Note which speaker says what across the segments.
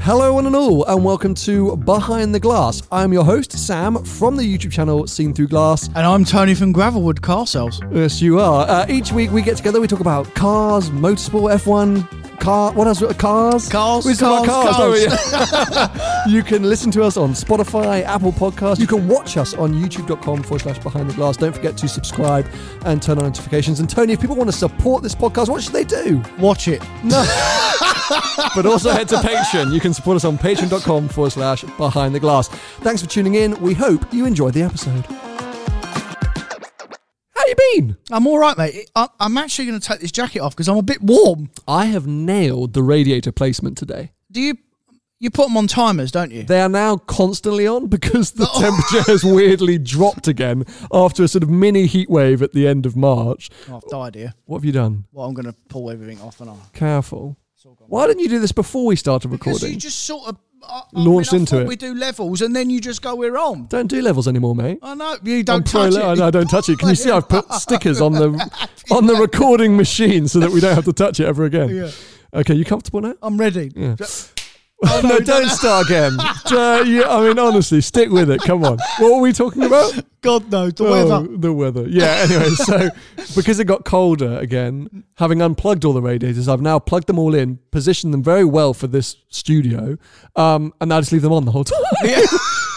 Speaker 1: Hello, one and all, and welcome to Behind the Glass. I'm your host, Sam, from the YouTube channel Seen Through Glass.
Speaker 2: And I'm Tony from Gravelwood Car Sales.
Speaker 1: Yes, you are. Uh, each week we get together, we talk about cars, motorsport, F1, car. What else? Uh, Cars?
Speaker 2: Cars,
Speaker 1: We talk about
Speaker 2: cars,
Speaker 1: cars, don't we? you can listen to us on Spotify, Apple Podcasts. You can watch us on youtube.com forward slash behind the glass. Don't forget to subscribe and turn on notifications. And Tony, if people want to support this podcast, what should they do?
Speaker 2: Watch it.
Speaker 1: but also head to Patreon. You can support us on patreon.com forward slash behind the glass. Thanks for tuning in. We hope you enjoyed the episode. How you been?
Speaker 2: I'm all right, mate. I, I'm actually going to take this jacket off because I'm a bit warm.
Speaker 1: I have nailed the radiator placement today.
Speaker 2: Do you? You put them on timers, don't you?
Speaker 1: They are now constantly on because the
Speaker 2: Oh.
Speaker 1: temperature has weirdly dropped again after a sort of mini heat wave at the end of March.
Speaker 2: Oh, I've died here.
Speaker 1: What have you done?
Speaker 2: Well, I'm going to pull everything off and on.
Speaker 1: Careful. Why didn't you do this before we started
Speaker 2: Because
Speaker 1: recording?
Speaker 2: you just sort of I, I
Speaker 1: Launched
Speaker 2: mean, I
Speaker 1: into
Speaker 2: thought
Speaker 1: it.
Speaker 2: We do levels, and then you just go, "We're on."
Speaker 1: Don't do levels anymore, mate.
Speaker 2: I know you don't
Speaker 1: I'm pro
Speaker 2: touch
Speaker 1: le-
Speaker 2: it.
Speaker 1: I know, don't touch it. Can you see I've put stickers on the on the recording machine so that we don't have to touch it ever again?
Speaker 2: Yeah.
Speaker 1: Okay, you comfortable now?
Speaker 2: I'm ready.
Speaker 1: Oh, no, don't start again. Uh, yeah, I mean, honestly, stick with it. Come on. What were we talking about?
Speaker 2: God knows the
Speaker 1: Oh,
Speaker 2: weather.
Speaker 1: the weather. Yeah, anyway, so because it got colder again, having unplugged all the radiators, I've now plugged them all in, positioned them very well for this studio, um, and now I just leave them on the whole time. Oh.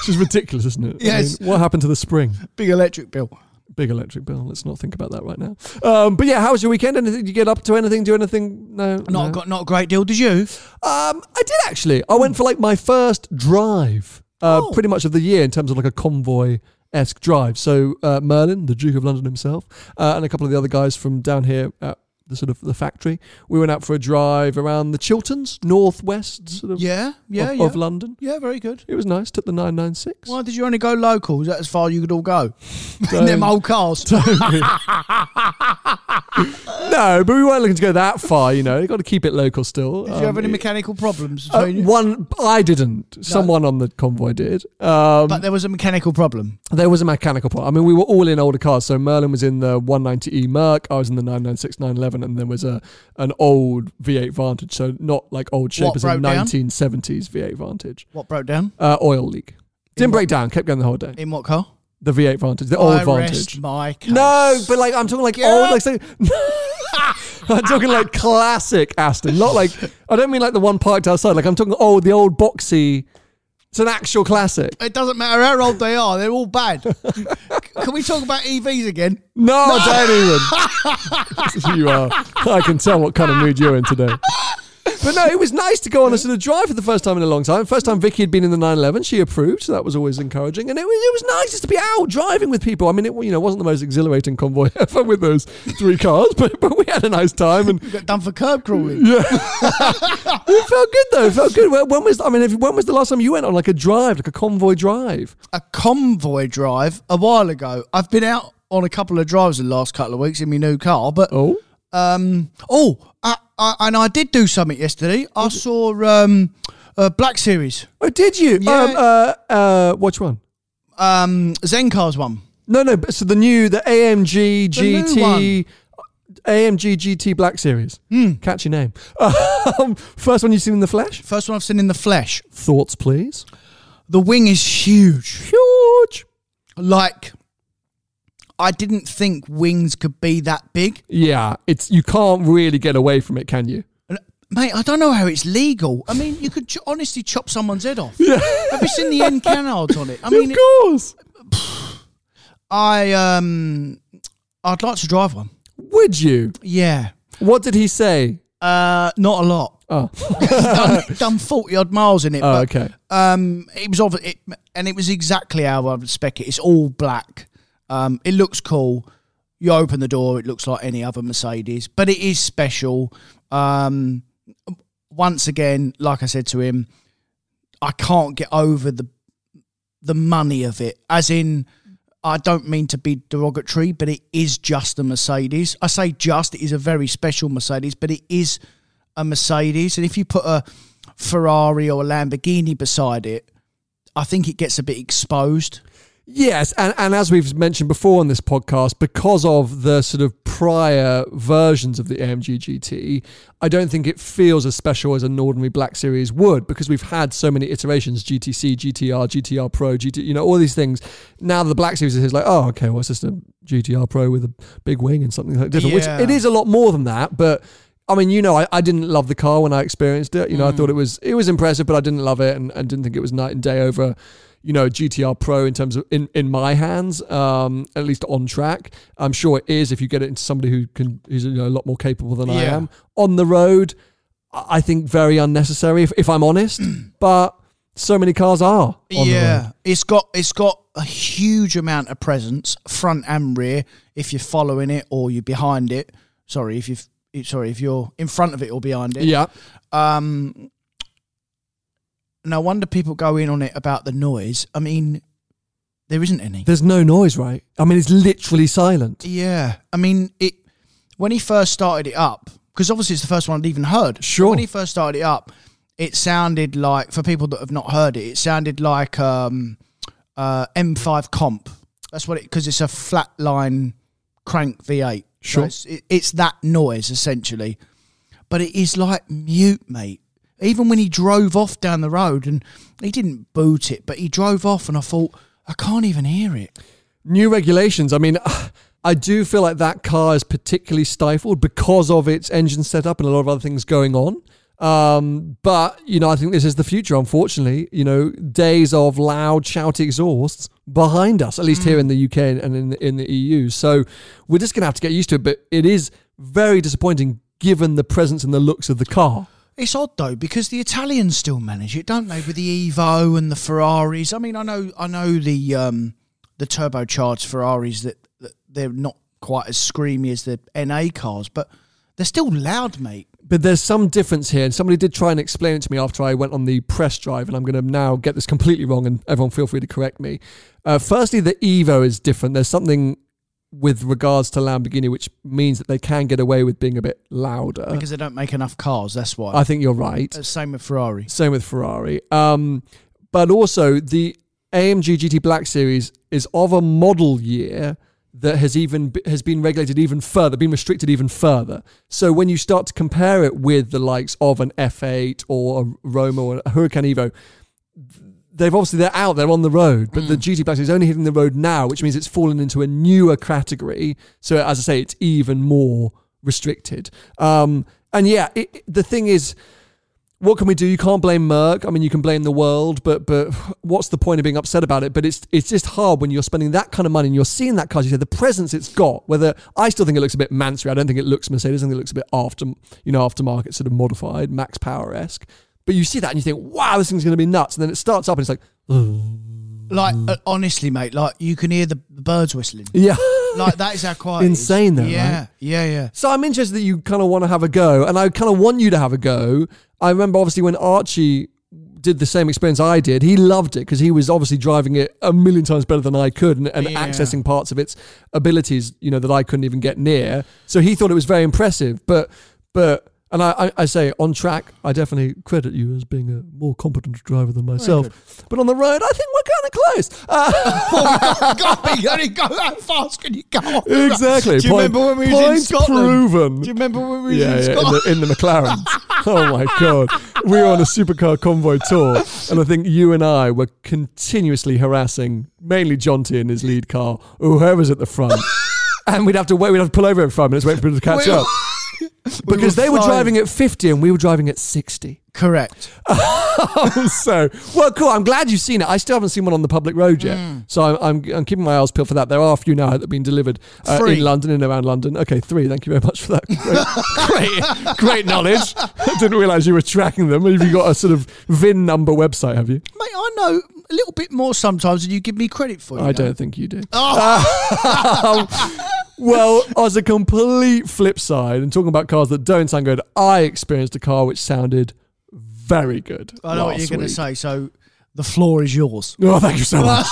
Speaker 1: Which is ridiculous, isn't it? I
Speaker 2: Yes.
Speaker 1: mean, what happened to the spring?
Speaker 2: Big electric bill.
Speaker 1: big electric bill. Let's not think about that right now. Um, but yeah, how was your weekend? Anything? Did you get up to anything? Do anything? No.
Speaker 2: Not
Speaker 1: no.
Speaker 2: got not a great deal. Did you?
Speaker 1: Um, I did actually. I went for like my first drive, uh,
Speaker 2: Oh.
Speaker 1: pretty much of the year in terms of like a convoy esque drive. So uh, Merlin, the Duke of London himself, uh, and a couple of the other guys from down here at the sort of the factory. We went out for a drive around the Chilterns, northwest sort of
Speaker 2: Yeah, yeah,
Speaker 1: of,
Speaker 2: yeah.
Speaker 1: of London.
Speaker 2: yeah, very good.
Speaker 1: It was nice. Took the nine nine six.
Speaker 2: Why did you only go local? Is that as far you could all go? In them old cars.
Speaker 1: No, but we weren't looking to go that far. You know, you got to keep it local still. Um,
Speaker 2: Did you have any
Speaker 1: it-
Speaker 2: mechanical problems?
Speaker 1: Uh,
Speaker 2: between you?
Speaker 1: one, I didn't. Someone on the convoy did. Um,
Speaker 2: but there was a mechanical problem.
Speaker 1: there was a mechanical part. I mean, we were all in older cars. So Merlin was in the 190e Merc. I was in the 996 911, and there was a an old V8 Vantage. So not like old shape
Speaker 2: What
Speaker 1: as a
Speaker 2: broke down?
Speaker 1: 1970s V8 Vantage.
Speaker 2: What broke down?
Speaker 1: Uh, oil leak. Didn't break down. Kept going the whole day.
Speaker 2: In what car?
Speaker 1: The V8 Vantage. The old
Speaker 2: I
Speaker 1: Vantage.
Speaker 2: rest my case.
Speaker 1: No, but like I'm talking like
Speaker 2: Yeah.
Speaker 1: old, like so, I'm talking like classic Aston, not like I don't mean like the one parked outside. Like I'm talking old, the old boxy. It's an actual classic.
Speaker 2: It doesn't matter how old they are, they're all bad. Can we talk about EVs again?
Speaker 1: No, don't even. you are. I can tell what kind of mood you're in today. But no, it was nice to go on a sort of drive for the first time in a long time. First time Vicky had been in the 911, she approved, so that was always encouraging. And it was, it was nice just to be out driving with people. I mean, it you know wasn't the most exhilarating convoy ever with those three cars, but, but we had a nice time. And
Speaker 2: Got done for curb crawling.
Speaker 1: It felt good though. It felt good. When when was I mean? If, when was the last time you went on like a drive, like a convoy drive?
Speaker 2: A convoy drive a while ago. I've been out on a couple of drives the last couple of weeks in my new car, but
Speaker 1: Oh,
Speaker 2: um, oh, I, I, and I did do something yesterday. I saw um, uh, Black Series,
Speaker 1: oh, did you?
Speaker 2: Yeah.
Speaker 1: Um, uh, uh, which one?
Speaker 2: um, Zencar's one.
Speaker 1: No, no. but- So the new, the AMG
Speaker 2: new
Speaker 1: GT, AMG GT Black Series.
Speaker 2: Hmm.
Speaker 1: Catchy name. Um, first one you've seen in the flesh.
Speaker 2: First one I've seen in the flesh.
Speaker 1: Thoughts, please.
Speaker 2: The wing is huge.
Speaker 1: Huge.
Speaker 2: Like, I didn't think wings could be that big.
Speaker 1: Yeah, it's you can't really get away from it, can you?
Speaker 2: And, mate, I don't know how it's legal. I mean, you could ch- honestly chop someone's head off. Have you seen the end canards on it? I mean,
Speaker 1: of
Speaker 2: it-
Speaker 1: course.
Speaker 2: I um, I'd like to drive one.
Speaker 1: Would you?
Speaker 2: Yeah.
Speaker 1: What did he say?
Speaker 2: Uh, not a lot.
Speaker 1: Oh,
Speaker 2: done, done forty odd miles in it.
Speaker 1: oh
Speaker 2: but,
Speaker 1: okay.
Speaker 2: Um, it was obvi- it, and it was exactly how I would spec it. It's all black. Um, it looks cool. You open the door, it looks like any other Mercedes, but it is special. Um, once again, like I said to him, I can't get over the the money of it. As in, I don't mean to be derogatory, but it is just a Mercedes. I say just, it is a very special Mercedes, but it is a Mercedes. And if you put a Ferrari or a Lamborghini beside it, I think it gets a bit exposed.
Speaker 1: Yes, and, and as we've mentioned before on this podcast, because of the sort of prior versions of the AMG GT, E, I don't think it feels as special as an ordinary Black Series would because we've had so many iterations GTC, GTR, GTR Pro, GT, you know, all these things. Now the Black Series is like, oh, okay, well, it's just a GTR Pro with a big wing and something like different,
Speaker 2: Yeah.
Speaker 1: which it is a lot more than that, but. I mean, you know, I, I didn't love the car when I experienced it. You know, I thought it
Speaker 2: Mm.
Speaker 1: was it was impressive, but I didn't love it and, and didn't think it was night and day over you know GTR Pro in terms of in, in my hands, um, at least on track. I'm sure it is if you get it into somebody who can who's you know, a lot more capable than I
Speaker 2: Yeah.
Speaker 1: am on the road. I I think very unnecessary if, if I'm honest, but so many cars are. On the road.
Speaker 2: Yeah, it's got it's got a huge amount of presence, front and rear. If you're following it or you're behind it, sorry, if you sorry if you're in front of it or behind it,
Speaker 1: yeah.
Speaker 2: Um, no wonder people go in on it about the noise. I mean, there isn't any.
Speaker 1: There's no noise, right? I mean, it's literally silent.
Speaker 2: yeah, I mean it. When he first started it up, because obviously it's the first one I'd even heard.
Speaker 1: Sure.
Speaker 2: When he first started it up, it sounded like for people that have not heard it, it sounded like um, uh, M5 comp. That's what it because it's a flat line crank V8. So
Speaker 1: Sure.
Speaker 2: it's, it, it's that noise essentially, but it is like mute, mate. Even when he drove off down the road and he didn't boot it, but he drove off and I thought I can't even hear it.
Speaker 1: New regulations. I mean, I do feel like that car is particularly stifled because of its engine setup and a lot of other things going on. Um, but you know, I think this is the future. Unfortunately, you know, days of loud, shouty exhausts behind us, at least here in the UK and in in the EU. So we're just gonna have to get used to it. But it is very disappointing given the presence and the looks of the car.
Speaker 2: It's odd though because the Italians still manage it, don't they? With the Evo and the Ferraris. I mean, I know, I know the um, the turbocharged Ferraris that, that they're not quite as screamy as the NA cars, but they're still loud, mate.
Speaker 1: But there's some difference here, and somebody did try and explain it to me after I went on the press drive, and I'm going to now get this completely wrong, and everyone feel free to correct me. Uh, firstly, the Evo is different. There's something with regards to Lamborghini, which means that they can get away with being a bit louder.
Speaker 2: Because they don't make enough cars. That's why.
Speaker 1: Uh, I think you're right.
Speaker 2: Uh, Same with Ferrari.
Speaker 1: Same with Ferrari. Um, but also the AMG GT Black Series is of a model year that has even has been regulated even further, been restricted even further. So when you start to compare it with the likes of an F8 or a Roma or a Huracan Evo, they've obviously they're out there on the road, but the GT Black Series is only hitting the road now, which means it's fallen into a newer category. So as I say, it's even more restricted. Um, and yeah, it, it- the thing is, what can we do? You can't blame Merck. I mean, you can blame the world, but but what's the point of being upset about it? But it's it's just hard when you're spending that kind of money and you're seeing that car. as You said the presence it's got. Whether I still think it looks a bit Mansory. I don't think it looks Mercedes. I think it looks a bit after you know aftermarket, sort of modified, max power esque. But you see that and you think, wow, this thing's going to be nuts. And then it starts up and it's like,
Speaker 2: Like
Speaker 1: Mm.
Speaker 2: uh, honestly, mate. Like you can hear the, the birds whistling.
Speaker 1: yeah.
Speaker 2: Like that is how quiet. it is.
Speaker 1: Insane though,
Speaker 2: Yeah,
Speaker 1: right?
Speaker 2: yeah, yeah.
Speaker 1: So I'm interested that you kind of want to have a go, and I kind of want you to have a go. I remember obviously when Archie did the same experience I did, he loved it because he was obviously driving it a million times better than I could and, and
Speaker 2: Yeah.
Speaker 1: accessing parts of its abilities, you know, that I couldn't even get near. So he thought it was very impressive, but but And I, I, I say on track, I definitely credit you as being a more competent driver than myself. But on the road, I think we're kind of close. Uh,
Speaker 2: God, but you only go that fast. Can you go? on?
Speaker 1: exactly.
Speaker 2: Do you
Speaker 1: Point-
Speaker 2: remember when we was in
Speaker 1: point
Speaker 2: Scotland?
Speaker 1: Proven.
Speaker 2: Do you remember when we was
Speaker 1: yeah,
Speaker 2: in
Speaker 1: yeah,
Speaker 2: Scotland?
Speaker 1: in, the, in the McLaren. oh my god, we were on a supercar convoy tour, and I think you and I were continuously harassing mainly Jonty in his lead car, or whoever's at the front, and we'd have to wait. We'd have to pull over every five minutes, wait for people to catch
Speaker 2: We were-
Speaker 1: up. Because
Speaker 2: were
Speaker 1: they were
Speaker 2: flying.
Speaker 1: driving at 50 and we were driving at 60.
Speaker 2: Correct.
Speaker 1: Oh, so, well, cool. I'm glad you've seen it. I still haven't seen one on the public road yet.
Speaker 2: Hmm.
Speaker 1: So I'm, I'm, I'm keeping my eyes peeled for that. There are a few now that have been delivered uh,
Speaker 2: Three.
Speaker 1: in London and around London. Okay, three. Thank you very much for that. Great, great, great knowledge. I didn't realise you were tracking them. Have you got a sort of VIN number website, have you?
Speaker 2: Mate, I know a little bit more sometimes than you give me credit for. You
Speaker 1: I
Speaker 2: know.
Speaker 1: don't think you do.
Speaker 2: Oh.
Speaker 1: Um, well, as a complete flip side, and talking about cars that don't sound good, I experienced a car which sounded very good.
Speaker 2: I know what you're
Speaker 1: last
Speaker 2: going to
Speaker 1: week.
Speaker 2: say. So the floor is yours.
Speaker 1: Oh, thank you so much.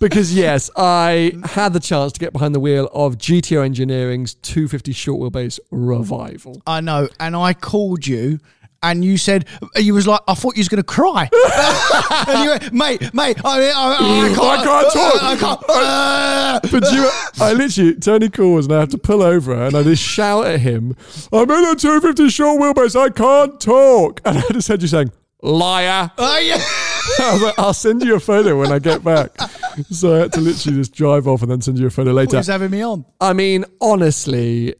Speaker 1: because yes, I had the chance to get behind the wheel of GTO Engineering's 250 short wheelbase revival.
Speaker 2: I know. And I called you. And you said you was like I thought you was gonna cry. and you went, mate, mate, I, I, I, can't,
Speaker 1: I can't talk.
Speaker 2: I uh, can't.
Speaker 1: But you, I literally, Tony calls and I have to pull over and I just shout at him, I'm in a 250 short wheelbase, I can't talk. And I just heard you saying, liar.
Speaker 2: Oh, yeah.
Speaker 1: I was like, I'll send you a photo when I get back. So I had to literally just drive off and then send you a photo later.
Speaker 2: Who's having me on?
Speaker 1: I mean, honestly,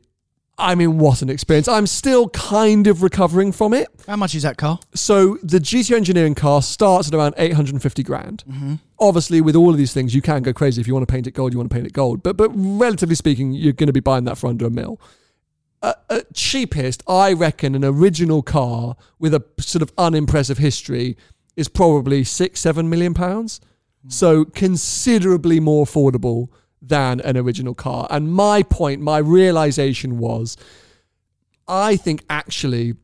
Speaker 1: I mean, what an experience. I'm still kind of recovering from it.
Speaker 2: How much is that car?
Speaker 1: So the GT engineering car starts at around 850 grand. Obviously, with all of these things, you can go crazy. If you want to paint it gold, you want to paint it gold. But but relatively speaking, you're going to be buying that for under a mil. Uh, at cheapest, I reckon an original car with a sort of unimpressive history is probably six, seven million pounds.
Speaker 2: Hmm.
Speaker 1: So considerably more affordable than an original car. And my point, my realization was, I think actually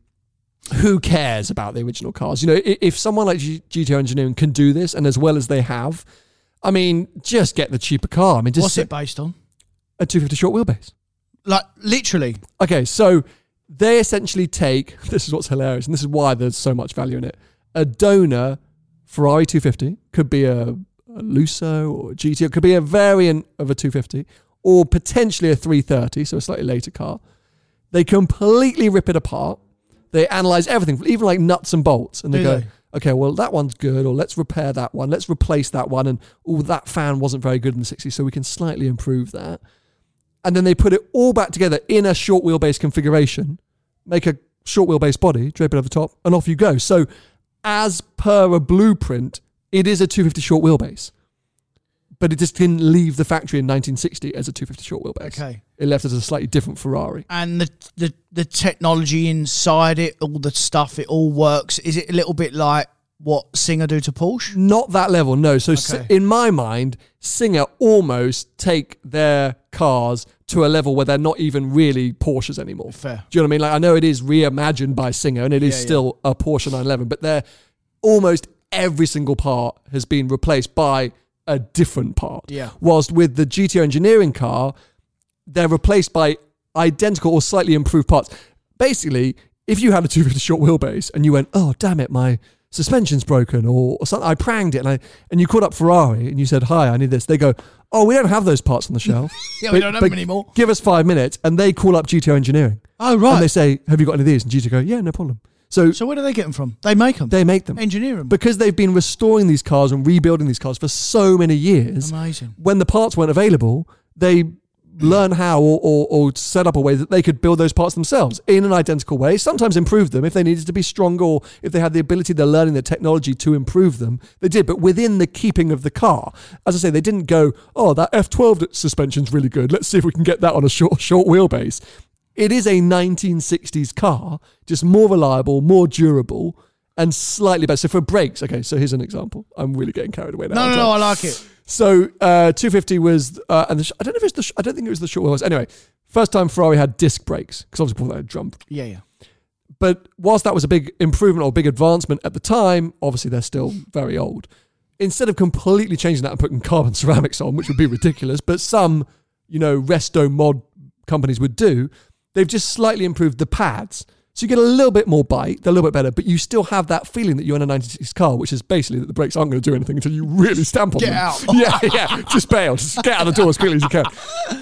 Speaker 1: who cares about the original cars? You know, i- if someone like G- GTO Engineering can do this and as well as they have, I mean, just get the cheaper car. I mean, just
Speaker 2: What's it based on?
Speaker 1: a 250 short wheelbase.
Speaker 2: Like literally.
Speaker 1: Okay, so they essentially take this is what's hilarious, and this is why there's so much value in it. A donor Ferrari 250 could be a, a Lusso or a GT, it could be a variant of a 250 or potentially a 330, so a slightly later car. They completely rip it apart. They analyze everything, even like nuts and bolts, and they
Speaker 2: Do
Speaker 1: go,
Speaker 2: they?
Speaker 1: okay, well, that one's good, or let's repair that one, let's replace that one, and oh, that fan wasn't very good in the 60s, so we can slightly improve that. And then they put it all back together in a short wheelbase configuration, make a short wheelbase body, drape it over the top, and off you go. So, as per a blueprint, it is a 250 short wheelbase. But it just didn't leave the factory in 1960 as a 250 short wheelbase.
Speaker 2: Okay.
Speaker 1: It left as a slightly different Ferrari.
Speaker 2: And the, the the technology inside it, all the stuff, it all works. Is it a little bit like what Singer do to Porsche?
Speaker 1: Not that level, no. So S-
Speaker 2: Okay.
Speaker 1: in my mind, Singer almost take their cars to a level where they're not even really Porsches anymore.
Speaker 2: Fair.
Speaker 1: Do you know what I mean? Like I know it is reimagined by Singer and it is
Speaker 2: Yeah, yeah.
Speaker 1: still a Porsche 911, but they're almost every single part has been replaced by a different part.
Speaker 2: Yeah.
Speaker 1: Whilst with the GTO engineering car, they're replaced by identical or slightly improved parts. Basically, if you had a 250 short wheelbase and you went, oh, damn it, my suspension's broken or, or something, I pranged it and I and you called up Ferrari and you said, hi, I need this. They go, oh, we don't have those parts on the shelf.
Speaker 2: Yeah, we don't have them anymore.
Speaker 1: Give us five minutes and they call up GTO engineering.
Speaker 2: Oh
Speaker 1: And they say, have you got any of these? And GTO go, yeah, no problem. So,
Speaker 2: so where do they get them from? They make them.
Speaker 1: they make them.
Speaker 2: engineer them.
Speaker 1: Because they've been restoring these cars and rebuilding these cars for so many years
Speaker 2: Amazing.
Speaker 1: when the parts weren't available, they learn how or, or, or set up a way that they could build those parts themselves in an identical way, sometimes improve them if they needed to be stronger or if they had the ability, they're learning the technology to improve them. They did, but within the keeping of the car. As I say, they didn't go, oh, that F12 suspension's really good. Let's see if we can get that on a short, short wheelbase. It is a 1960s car, just more reliable, more durable, and slightly better. So for brakes, okay, so here's an example. I'm really getting carried away now.
Speaker 2: No,
Speaker 1: aren't
Speaker 2: no,
Speaker 1: I?
Speaker 2: no. I like it.
Speaker 1: So uh, 250 was, uh, and the sh- I don't know if it's the, sh- I don't think it was the short wheelbase. Anyway, first time Ferrari had disc brakes because obviously before they had drum.
Speaker 2: Yeah, yeah.
Speaker 1: But whilst that was a big improvement or big advancement at the time, obviously they're still very old. Instead of completely changing that and putting carbon ceramics on, which would be ridiculous, but some you know resto mod companies would do, They've just slightly improved the pads. So you get a little bit more bite, they're a little bit better, but you still have that feeling that you're in a 96 car, which is basically that the brakes aren't going to do anything until you really stamp on
Speaker 2: Get
Speaker 1: them.
Speaker 2: out.
Speaker 1: Yeah, yeah. Just bail. Just get out of the door as quickly as you can.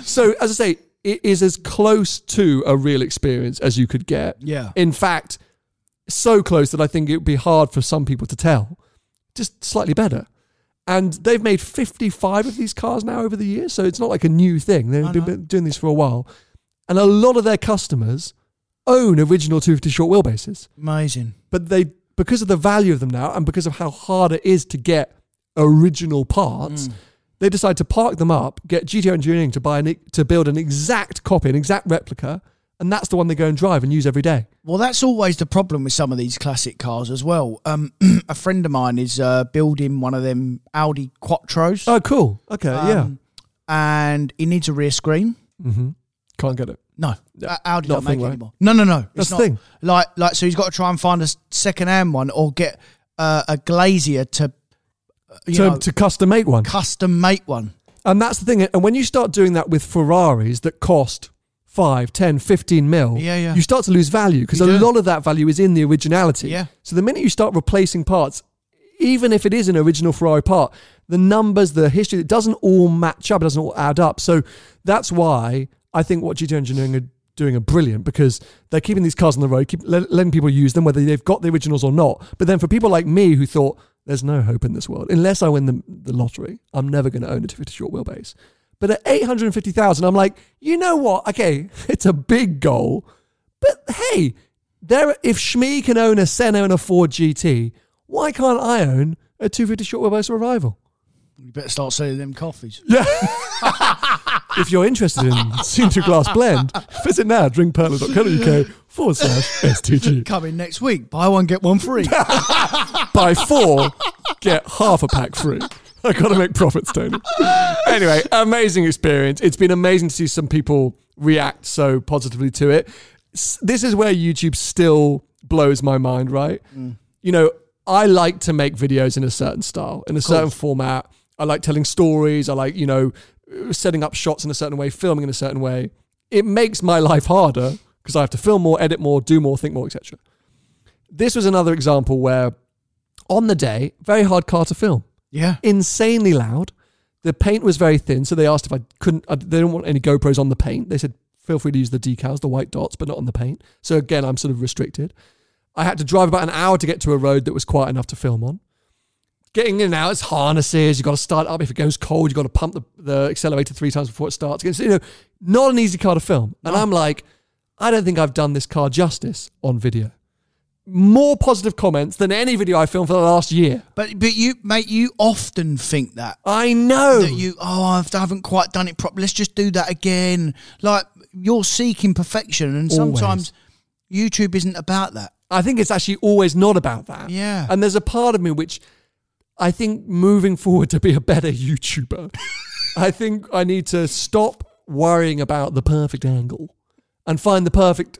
Speaker 1: So as I say, it is as close to a real experience as you could get.
Speaker 2: Yeah.
Speaker 1: In fact, so close that I think it would be hard for some people to tell. Just slightly better. And they've made 55 of these cars now over the years. So it's not like a new thing. They've been, been doing this for a while. And a lot of their customers own original 250 short wheelbases.
Speaker 2: Amazing.
Speaker 1: But they, because of the value of them now and because of how hard it is to get original parts,
Speaker 2: Mm.
Speaker 1: they decide to park them up, get GTO Engineering to, buy an, to build an exact copy, an exact replica. And that's the one they go and drive and use every day.
Speaker 2: Well, that's always the problem with some of these classic cars as well. Um, a friend of mine is uh, building one of them Audi Quattros,
Speaker 1: Oh, cool. Okay,
Speaker 2: Um,
Speaker 1: yeah.
Speaker 2: and he needs a rear screen.
Speaker 1: Can't get it.
Speaker 2: No, uh,
Speaker 1: not
Speaker 2: Audi don't
Speaker 1: a
Speaker 2: make
Speaker 1: thing,
Speaker 2: it
Speaker 1: right?
Speaker 2: anymore. No, no, no.
Speaker 1: That's the thing.
Speaker 2: Like, like, so he's got to try and find a s- second-hand one or get uh, a glazier to, uh, you
Speaker 1: To,
Speaker 2: know,
Speaker 1: to custom make one.
Speaker 2: custom make one.
Speaker 1: And that's the thing. And when you start doing that with Ferraris that cost 5, 10, 15 mil,
Speaker 2: Yeah, yeah.
Speaker 1: you start to lose value because a
Speaker 2: You do.
Speaker 1: lot of that value is in the originality.
Speaker 2: Yeah.
Speaker 1: So the minute you start replacing parts, even if it is an original Ferrari part, the numbers, the history, it doesn't all match up. It doesn't all add up. So that's why I think what GT Engineering are doing are brilliant because they're keeping these cars on the road, keep le- letting people use them, whether they've got the originals or not. But then for people like me who thought, there's no hope in this world. Unless I win the, the lottery, I'm never going to own a 250 short wheelbase. But at 850,000, I'm like, you know what? Okay, it's a big goal, but hey, there. If Shmi can own a Senna and a Ford GT, why can't I own a 250 short wheelbase or a rival?
Speaker 2: You better start selling them coffees.
Speaker 1: If you're interested in Scene Through Glass Blend, visit now at drinkperler.co.uk forward slash STG.
Speaker 2: Coming next week. Buy one, get one free.
Speaker 1: Buy four, get half a pack free. I gotta make profits, Tony. Anyway, amazing experience. It's been amazing to see some people react so positively to it. S- This is where YouTube still blows my mind, right? You know, I like to make videos in a certain style, in a certain format. I like telling stories. I like, you know, uh, setting up shots in a certain way, filming in a certain way. It makes my life harder because I have to film more, edit more, do more, think more, etc. This was another example where on the day, very hard car to film
Speaker 2: yeah.
Speaker 1: insanely loud. The paint was very thin, so they asked if I couldn't. I, they didn't want any GoPros on the paint. They said feel free to use the decals, the white dots, but not on the paint. So again, I'm sort of restricted. I had to drive about an hour to get to a road that was quiet enough to film on. Getting in and out, it's harnesses. You've got to start up. If it goes cold, you've got to pump the, the accelerator three times before it starts. It's, you know, not an easy car to film. And I'm like, I don't think I've done this car justice on video. More positive comments than any video I filmed for the last year.
Speaker 2: But but you mate, you often think that
Speaker 1: I know.
Speaker 2: that you oh I've- I haven't quite done it properly. Let's just do that again. Like you're seeking perfection, and sometimes YouTube isn't about that.
Speaker 1: I think it's actually always not about that.
Speaker 2: Yeah.
Speaker 1: And there's a part of me which I think moving forward to be a better YouTuber, I think I need to stop worrying about the perfect angle and find the perfect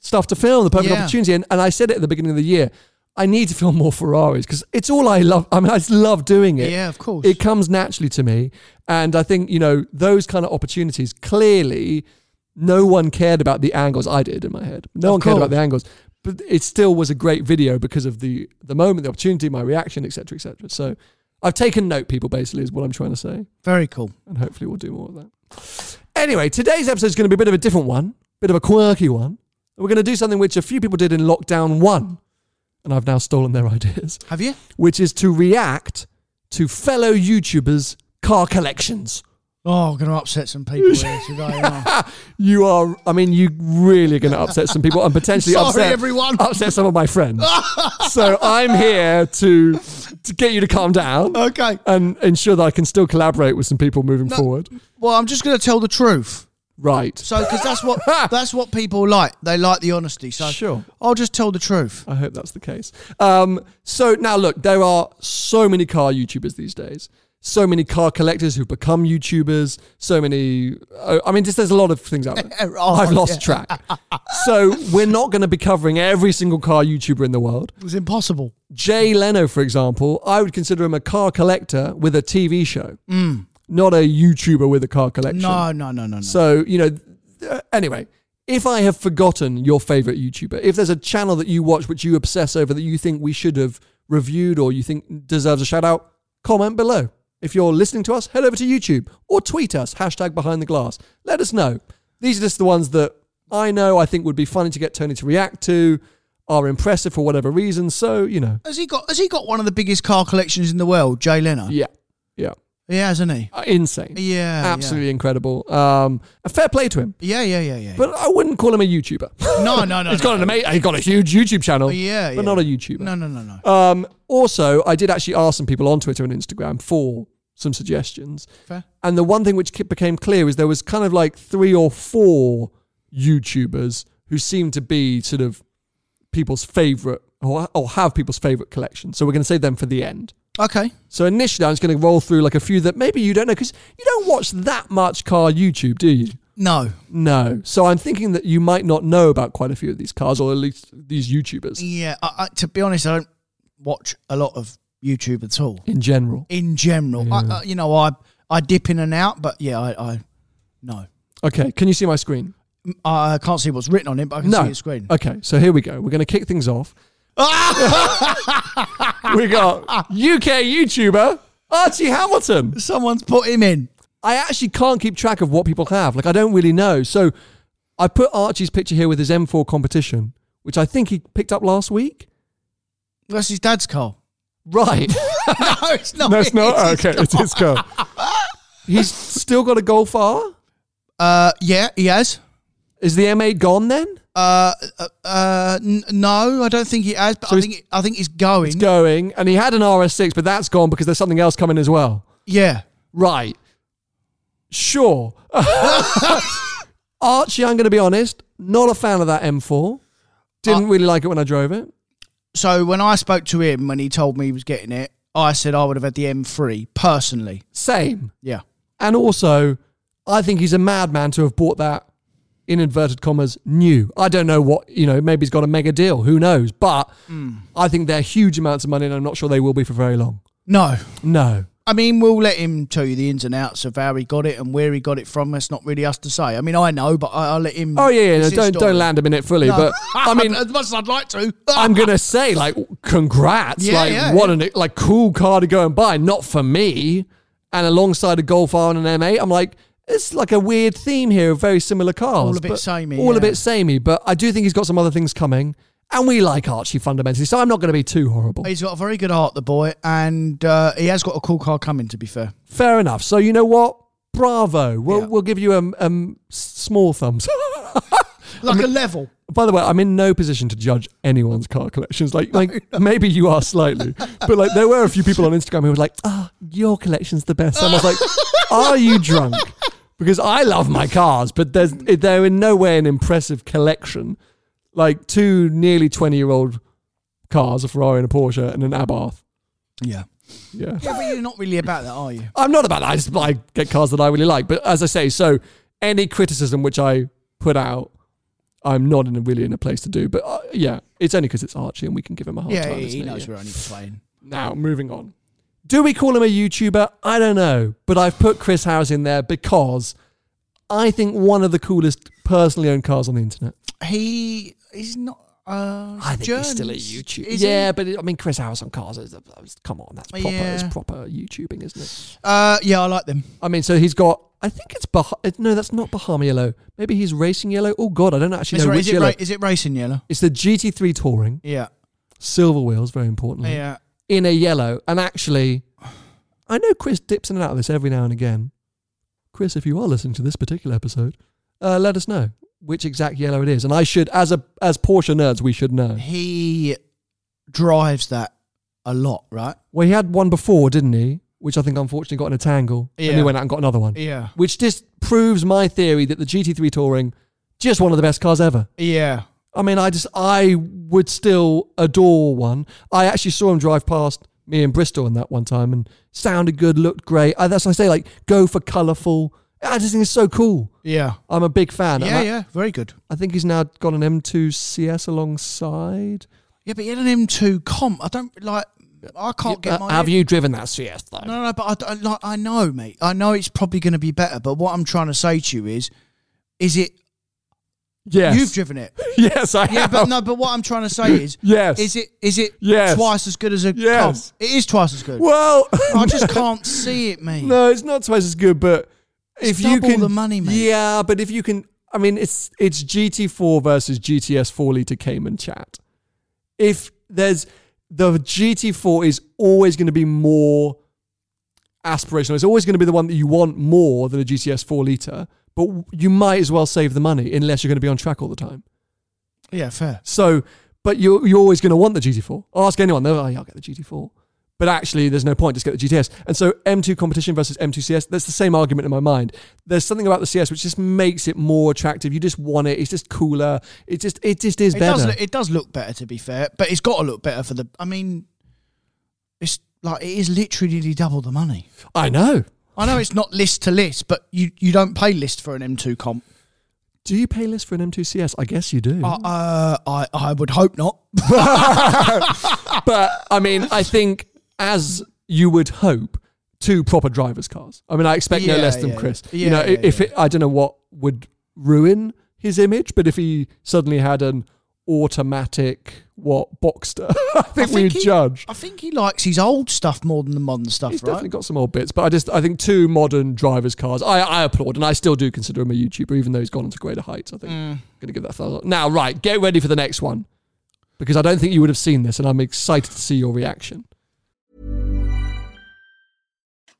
Speaker 1: stuff to film, the perfect
Speaker 2: Yeah.
Speaker 1: opportunity. And, and I said it at the beginning of the year. I need to film more Ferraris because it's all I love. I mean, I just love doing it.
Speaker 2: Yeah, of course.
Speaker 1: It comes naturally to me. And I think, you know, those kind of opportunities clearly no one cared about the angles I did in my head. No
Speaker 2: Of
Speaker 1: one cared
Speaker 2: course.
Speaker 1: about the angles, but it still was a great video because of the the moment, the opportunity, my reaction, etc., etc. So I've taken note, people. Basically, is what I'm trying to say,
Speaker 2: Very cool.
Speaker 1: and hopefully we'll do more of that. Anyway, today's episode is going to be a bit of a different one, bit of a quirky one. We're going to do something which a few people did in lockdown one, and I've now stolen their ideas,
Speaker 2: Have you?
Speaker 1: which is to react to fellow YouTubers' car collections.
Speaker 2: Oh, I'm gonna upset some people here today. aren't I?
Speaker 1: You are, I mean, you really are going to upset some people and potentially
Speaker 2: Sorry,
Speaker 1: upset
Speaker 2: everyone.
Speaker 1: upset some of my friends. so I'm here to to get you to calm down
Speaker 2: okay.
Speaker 1: and ensure that I can still collaborate with some people moving forward.
Speaker 2: Well, I'm just gonna tell the truth.
Speaker 1: Right.
Speaker 2: So because that's what that's what people like. They like the honesty. So
Speaker 1: Sure.
Speaker 2: I'll just tell the truth.
Speaker 1: I hope that's the case. Um, so now look, there are so many car YouTubers these days. So many car collectors who've become YouTubers. So many. oh, I mean, just there's a lot of things out there.
Speaker 2: There are,
Speaker 1: I've lost
Speaker 2: yeah.
Speaker 1: track. so we're not going to be covering every single car YouTuber in the world.
Speaker 2: It was impossible.
Speaker 1: Jay Leno, for example, I would consider him a car collector with a TV show, not a YouTuber with a car collection.
Speaker 2: Mm. No, no, no, no, no.
Speaker 1: So, you know, th- uh, anyway, If I have forgotten your favorite YouTuber, if there's a channel that you watch which you obsess over that you think we should have reviewed or you think deserves a shout out, comment below. If you're listening to us, head over to YouTube or tweet us, hashtag behind the glass. Let us know. These are just the ones that I know I think would be funny to get Tony to react to, are impressive for whatever reason. So, you know.
Speaker 2: Has he got? Has he got one of the biggest car collections in the world? Jay Leno.
Speaker 1: Yeah. Yeah.
Speaker 2: He has, hasn't he?
Speaker 1: Uh, Insane.
Speaker 2: Yeah,
Speaker 1: Absolutely incredible. Um, a fair play to him.
Speaker 2: Yeah, yeah, yeah, yeah.
Speaker 1: But I wouldn't call him a YouTuber.
Speaker 2: no, no, no.
Speaker 1: He's
Speaker 2: no,
Speaker 1: got an ama- he's got a huge YouTube channel.
Speaker 2: Oh, Yeah,
Speaker 1: But
Speaker 2: yeah.
Speaker 1: not a YouTuber.
Speaker 2: No, no, no, no.
Speaker 1: Um, also, I did actually ask some people on Twitter and Instagram for some suggestions.
Speaker 2: Fair.
Speaker 1: And the one thing which ki- became clear is there was kind of like three or four YouTubers who seemed to be sort of people's favorite or, or have people's favorite collections. So we're going to save them for the end.
Speaker 2: Okay.
Speaker 1: So initially, I'm just going to roll through like a few that maybe you don't know because you don't watch that much car YouTube, do you?
Speaker 2: No.
Speaker 1: No. So I'm thinking that you might not know about quite a few of these cars, or at least these YouTubers
Speaker 2: Yeah. I, I, to be honest, I don't watch a lot of YouTube at all.
Speaker 1: in general.
Speaker 2: In general, I, I, you know, I I dip in and out, but yeah, I, I no,
Speaker 1: Okay. Can you see my screen?
Speaker 2: I, I can't see what's written on it, but I can
Speaker 1: No. Oh.
Speaker 2: see the screen.
Speaker 1: Okay. So here we go. We're going to kick things off. we got UK YouTuber Archie Hamilton.
Speaker 2: Someone's put him in.
Speaker 1: I actually can't keep track of what people have. Like, I don't really know. So I put Archie's picture here with his M4 competition, which I think he picked up last week.
Speaker 2: That's his dad's car.
Speaker 1: Right.
Speaker 2: no, it's not.
Speaker 1: That's
Speaker 2: his.
Speaker 1: not
Speaker 2: It's
Speaker 1: okay.
Speaker 2: not.
Speaker 1: It's his car. He's still got a Golf R.
Speaker 2: Uh, yeah, he has.
Speaker 1: Is the M8 gone then?
Speaker 2: Uh, uh, uh, n- no, I don't think he has. But
Speaker 1: So
Speaker 2: I
Speaker 1: he's-
Speaker 2: think it, I think he's going.
Speaker 1: It's going, and he had an RS6, but that's gone because there's something else coming as well.
Speaker 2: yeah,
Speaker 1: Right. Sure. Archie, I'm going to be honest, not a fan of that M4. Didn't really like it when I drove it.
Speaker 2: So when I spoke to him when he told me he was getting it, I said I would have had the M3 personally.
Speaker 1: Same.
Speaker 2: Yeah.
Speaker 1: And also, I think he's a madman to have bought that in inverted commas new. I don't know what, you know, maybe he's got a mega deal, who knows, but I think they're huge amounts of money and I'm not sure they will be for very long.
Speaker 2: No.
Speaker 1: No.
Speaker 2: I mean, we'll let him tell you the ins and outs of how he got it and where he got it from. That's not really us to say. I mean, I know, but I, I'll let him.
Speaker 1: Oh yeah, yeah no,
Speaker 2: it's his
Speaker 1: don't
Speaker 2: story.
Speaker 1: don't land him in it fully,
Speaker 2: No.
Speaker 1: but I mean
Speaker 2: as much as I'd like to.
Speaker 1: I'm gonna say like congrats,
Speaker 2: Yeah,
Speaker 1: like
Speaker 2: yeah,
Speaker 1: what an like cool car to go and buy, not for me. And alongside a Golf R and an M8, I'm like it's like a weird theme here of very similar cars,
Speaker 2: All a bit
Speaker 1: but-
Speaker 2: samey,
Speaker 1: all
Speaker 2: yeah.
Speaker 1: a bit samey. But I do think he's got some other things coming, and we like Archie fundamentally, so I'm not going to be too horrible.
Speaker 2: He's got a very good heart, the boy, and uh, he has got a cool car coming. To be fair,
Speaker 1: Fair enough. So you know what? Bravo. We'll,
Speaker 2: Yeah.
Speaker 1: we'll give you a um, small thumbs.
Speaker 2: like a level.
Speaker 1: By the way, I'm in no position to judge anyone's car collections. Like, like maybe you are slightly, but like there were a few people on Instagram who were like, "Ah, your collection's the best." And I was like, "Are you drunk?" Because I love my cars, but there's they're in no way an impressive collection. Like two nearly twenty year old cars, a Ferrari and a Porsche and an Abarth.
Speaker 2: Yeah.
Speaker 1: Yeah.
Speaker 2: Yeah, but you're not really about that, are you?
Speaker 1: I'm not about that. I just I get cars that I really like. But as I say, so any criticism which I put out, I'm not in a, really in a place to do. But uh, yeah, it's only because it's Archie and we can give him a hard
Speaker 2: Yeah,
Speaker 1: time.
Speaker 2: he,
Speaker 1: isn't
Speaker 2: he
Speaker 1: it?
Speaker 2: knows
Speaker 1: Yeah.
Speaker 2: we're only playing.
Speaker 1: Now moving on. Do we call him a YouTuber? I don't know, but I've put Chris Harris in there because I think one of the coolest personally owned cars on the internet.
Speaker 2: He is not. Uh,
Speaker 1: I think he's still a
Speaker 2: journalist,
Speaker 1: YouTuber.
Speaker 2: is he? Oh,
Speaker 1: Yeah, but it, I mean, Chris Harris on cars is uh, come on, that's proper.
Speaker 2: Yeah.
Speaker 1: It's proper YouTubing, isn't it?
Speaker 2: Uh, yeah, I like them.
Speaker 1: I mean, so he's got. I think it's Bah. it- No, that's not Bahama Yellow. Maybe he's racing yellow. Oh God, I don't actually
Speaker 2: Is,
Speaker 1: know
Speaker 2: ra-
Speaker 1: which
Speaker 2: is, it
Speaker 1: yellow.
Speaker 2: ra- is it racing yellow?
Speaker 1: it's the GT3 Touring,
Speaker 2: Yeah.
Speaker 1: silver wheels, very importantly,
Speaker 2: Yeah.
Speaker 1: in a yellow. And actually, I know Chris dips in and out of this every now and again. Chris, if you are listening to this particular episode, uh, let us know which exact yellow it is, and I should, as a as Porsche nerds, we should know.
Speaker 2: He drives that a lot, right?
Speaker 1: Well, he had one before, didn't he? Which I think unfortunately got in a tangle, and
Speaker 2: Yeah.
Speaker 1: he went out and got another one,
Speaker 2: Yeah.
Speaker 1: which just proves my theory that the GT3 Touring, just one of the best cars ever.
Speaker 2: Yeah.
Speaker 1: I mean, I just I would still adore one. I actually saw him drive past me in Bristol in that one time, and sounded good, looked great. I, that's why I say like go for colourful. I just think it's so cool.
Speaker 2: Yeah.
Speaker 1: I'm a big fan. And
Speaker 2: Yeah,
Speaker 1: I,
Speaker 2: yeah. Very good.
Speaker 1: I think he's now got an M2 CS alongside.
Speaker 2: Yeah, but he had an M2 comp. I don't like. I can't get my.
Speaker 1: Uh, have
Speaker 2: head-
Speaker 1: you driven that CS though?
Speaker 2: No, no, but I, don't- like, I know, mate. I know it's probably going to be better. But what I'm trying to say to you is, is it
Speaker 1: Yes.
Speaker 2: You've driven it.
Speaker 1: yes, I
Speaker 2: Yeah,
Speaker 1: have.
Speaker 2: but no, but what I'm trying to say is
Speaker 1: Yes.
Speaker 2: is it is it
Speaker 1: Yes.
Speaker 2: twice as good as a
Speaker 1: Yes.
Speaker 2: comp? It is twice as good.
Speaker 1: Well,
Speaker 2: I just can't see it, mate.
Speaker 1: no, it's not twice as good, but if
Speaker 2: It's
Speaker 1: you
Speaker 2: double
Speaker 1: can
Speaker 2: the money, mate.
Speaker 1: Yeah, but if you can I mean it's it's GT4 versus GTS 4 liter Cayman chat. If there's the GT4 is always going to be more aspirational. It's always going to be the one that you want more than a GTS 4 liter, but you might as well save the money unless you're going to be on track all the time.
Speaker 2: Yeah, fair.
Speaker 1: So, but you're, you're always going to want the GT4. Ask anyone, they're like, oh, yeah, I'll get the GT4. But actually, there's no point, just get the GTS. And so, M2 competition versus M2 CS, that's the same argument in my mind. There's something about the CS which just makes it more attractive. You just want it, it's just cooler. It just it just is
Speaker 2: It
Speaker 1: better.
Speaker 2: does. Look, it does look better, to be fair, but it's got to look better for the. I mean, it's like it is literally nearly double the money.
Speaker 1: I know.
Speaker 2: I know it's not list to list, but you you don't pay list for an M2 comp.
Speaker 1: Do you pay less for an M2 CS? I guess you do.
Speaker 2: Uh, uh, I I would hope not.
Speaker 1: but I mean, I think as you would hope, two proper drivers' cars. I mean, I expect no
Speaker 2: Yeah,
Speaker 1: less than
Speaker 2: yeah,
Speaker 1: Chris.
Speaker 2: yeah.
Speaker 1: you know,
Speaker 2: Yeah, yeah,
Speaker 1: if It, I don't know what would ruin his image, but if he suddenly had an automatic what boxster, I think
Speaker 2: I think
Speaker 1: we'd
Speaker 2: he-
Speaker 1: judge.
Speaker 2: I think he likes his old stuff more than the modern stuff,
Speaker 1: He's
Speaker 2: right?
Speaker 1: definitely got some old bits, but I just I think two modern drivers' cars. I, I applaud, and I still do consider him a YouTuber, even though he's gone on to greater heights. I think
Speaker 2: Mm.
Speaker 1: I'm gonna give that a thumbs up. Now, right, get ready for the next one because I don't think you would have seen this, and I'm excited to see your reaction.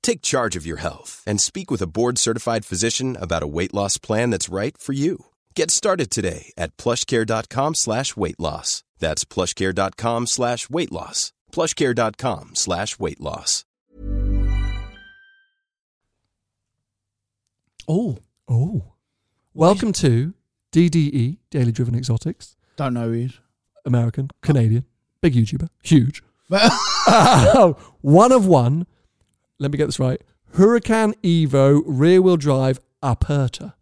Speaker 3: Take charge of your health and speak with a board-certified physician about a weight loss plan that's right for you. Get started today at plushcare.com slash weight loss. That's plushcare.com slash weight loss. plushcare.com slash weight loss.
Speaker 2: oh,
Speaker 1: Oh. Welcome to DDE, Daily Driven Exotics,
Speaker 2: don't know who he is. Oh.
Speaker 1: American, Canadian, big YouTuber, huge.
Speaker 2: But
Speaker 1: one of one, let me get this right Huracan Evo rear wheel drive Aperta.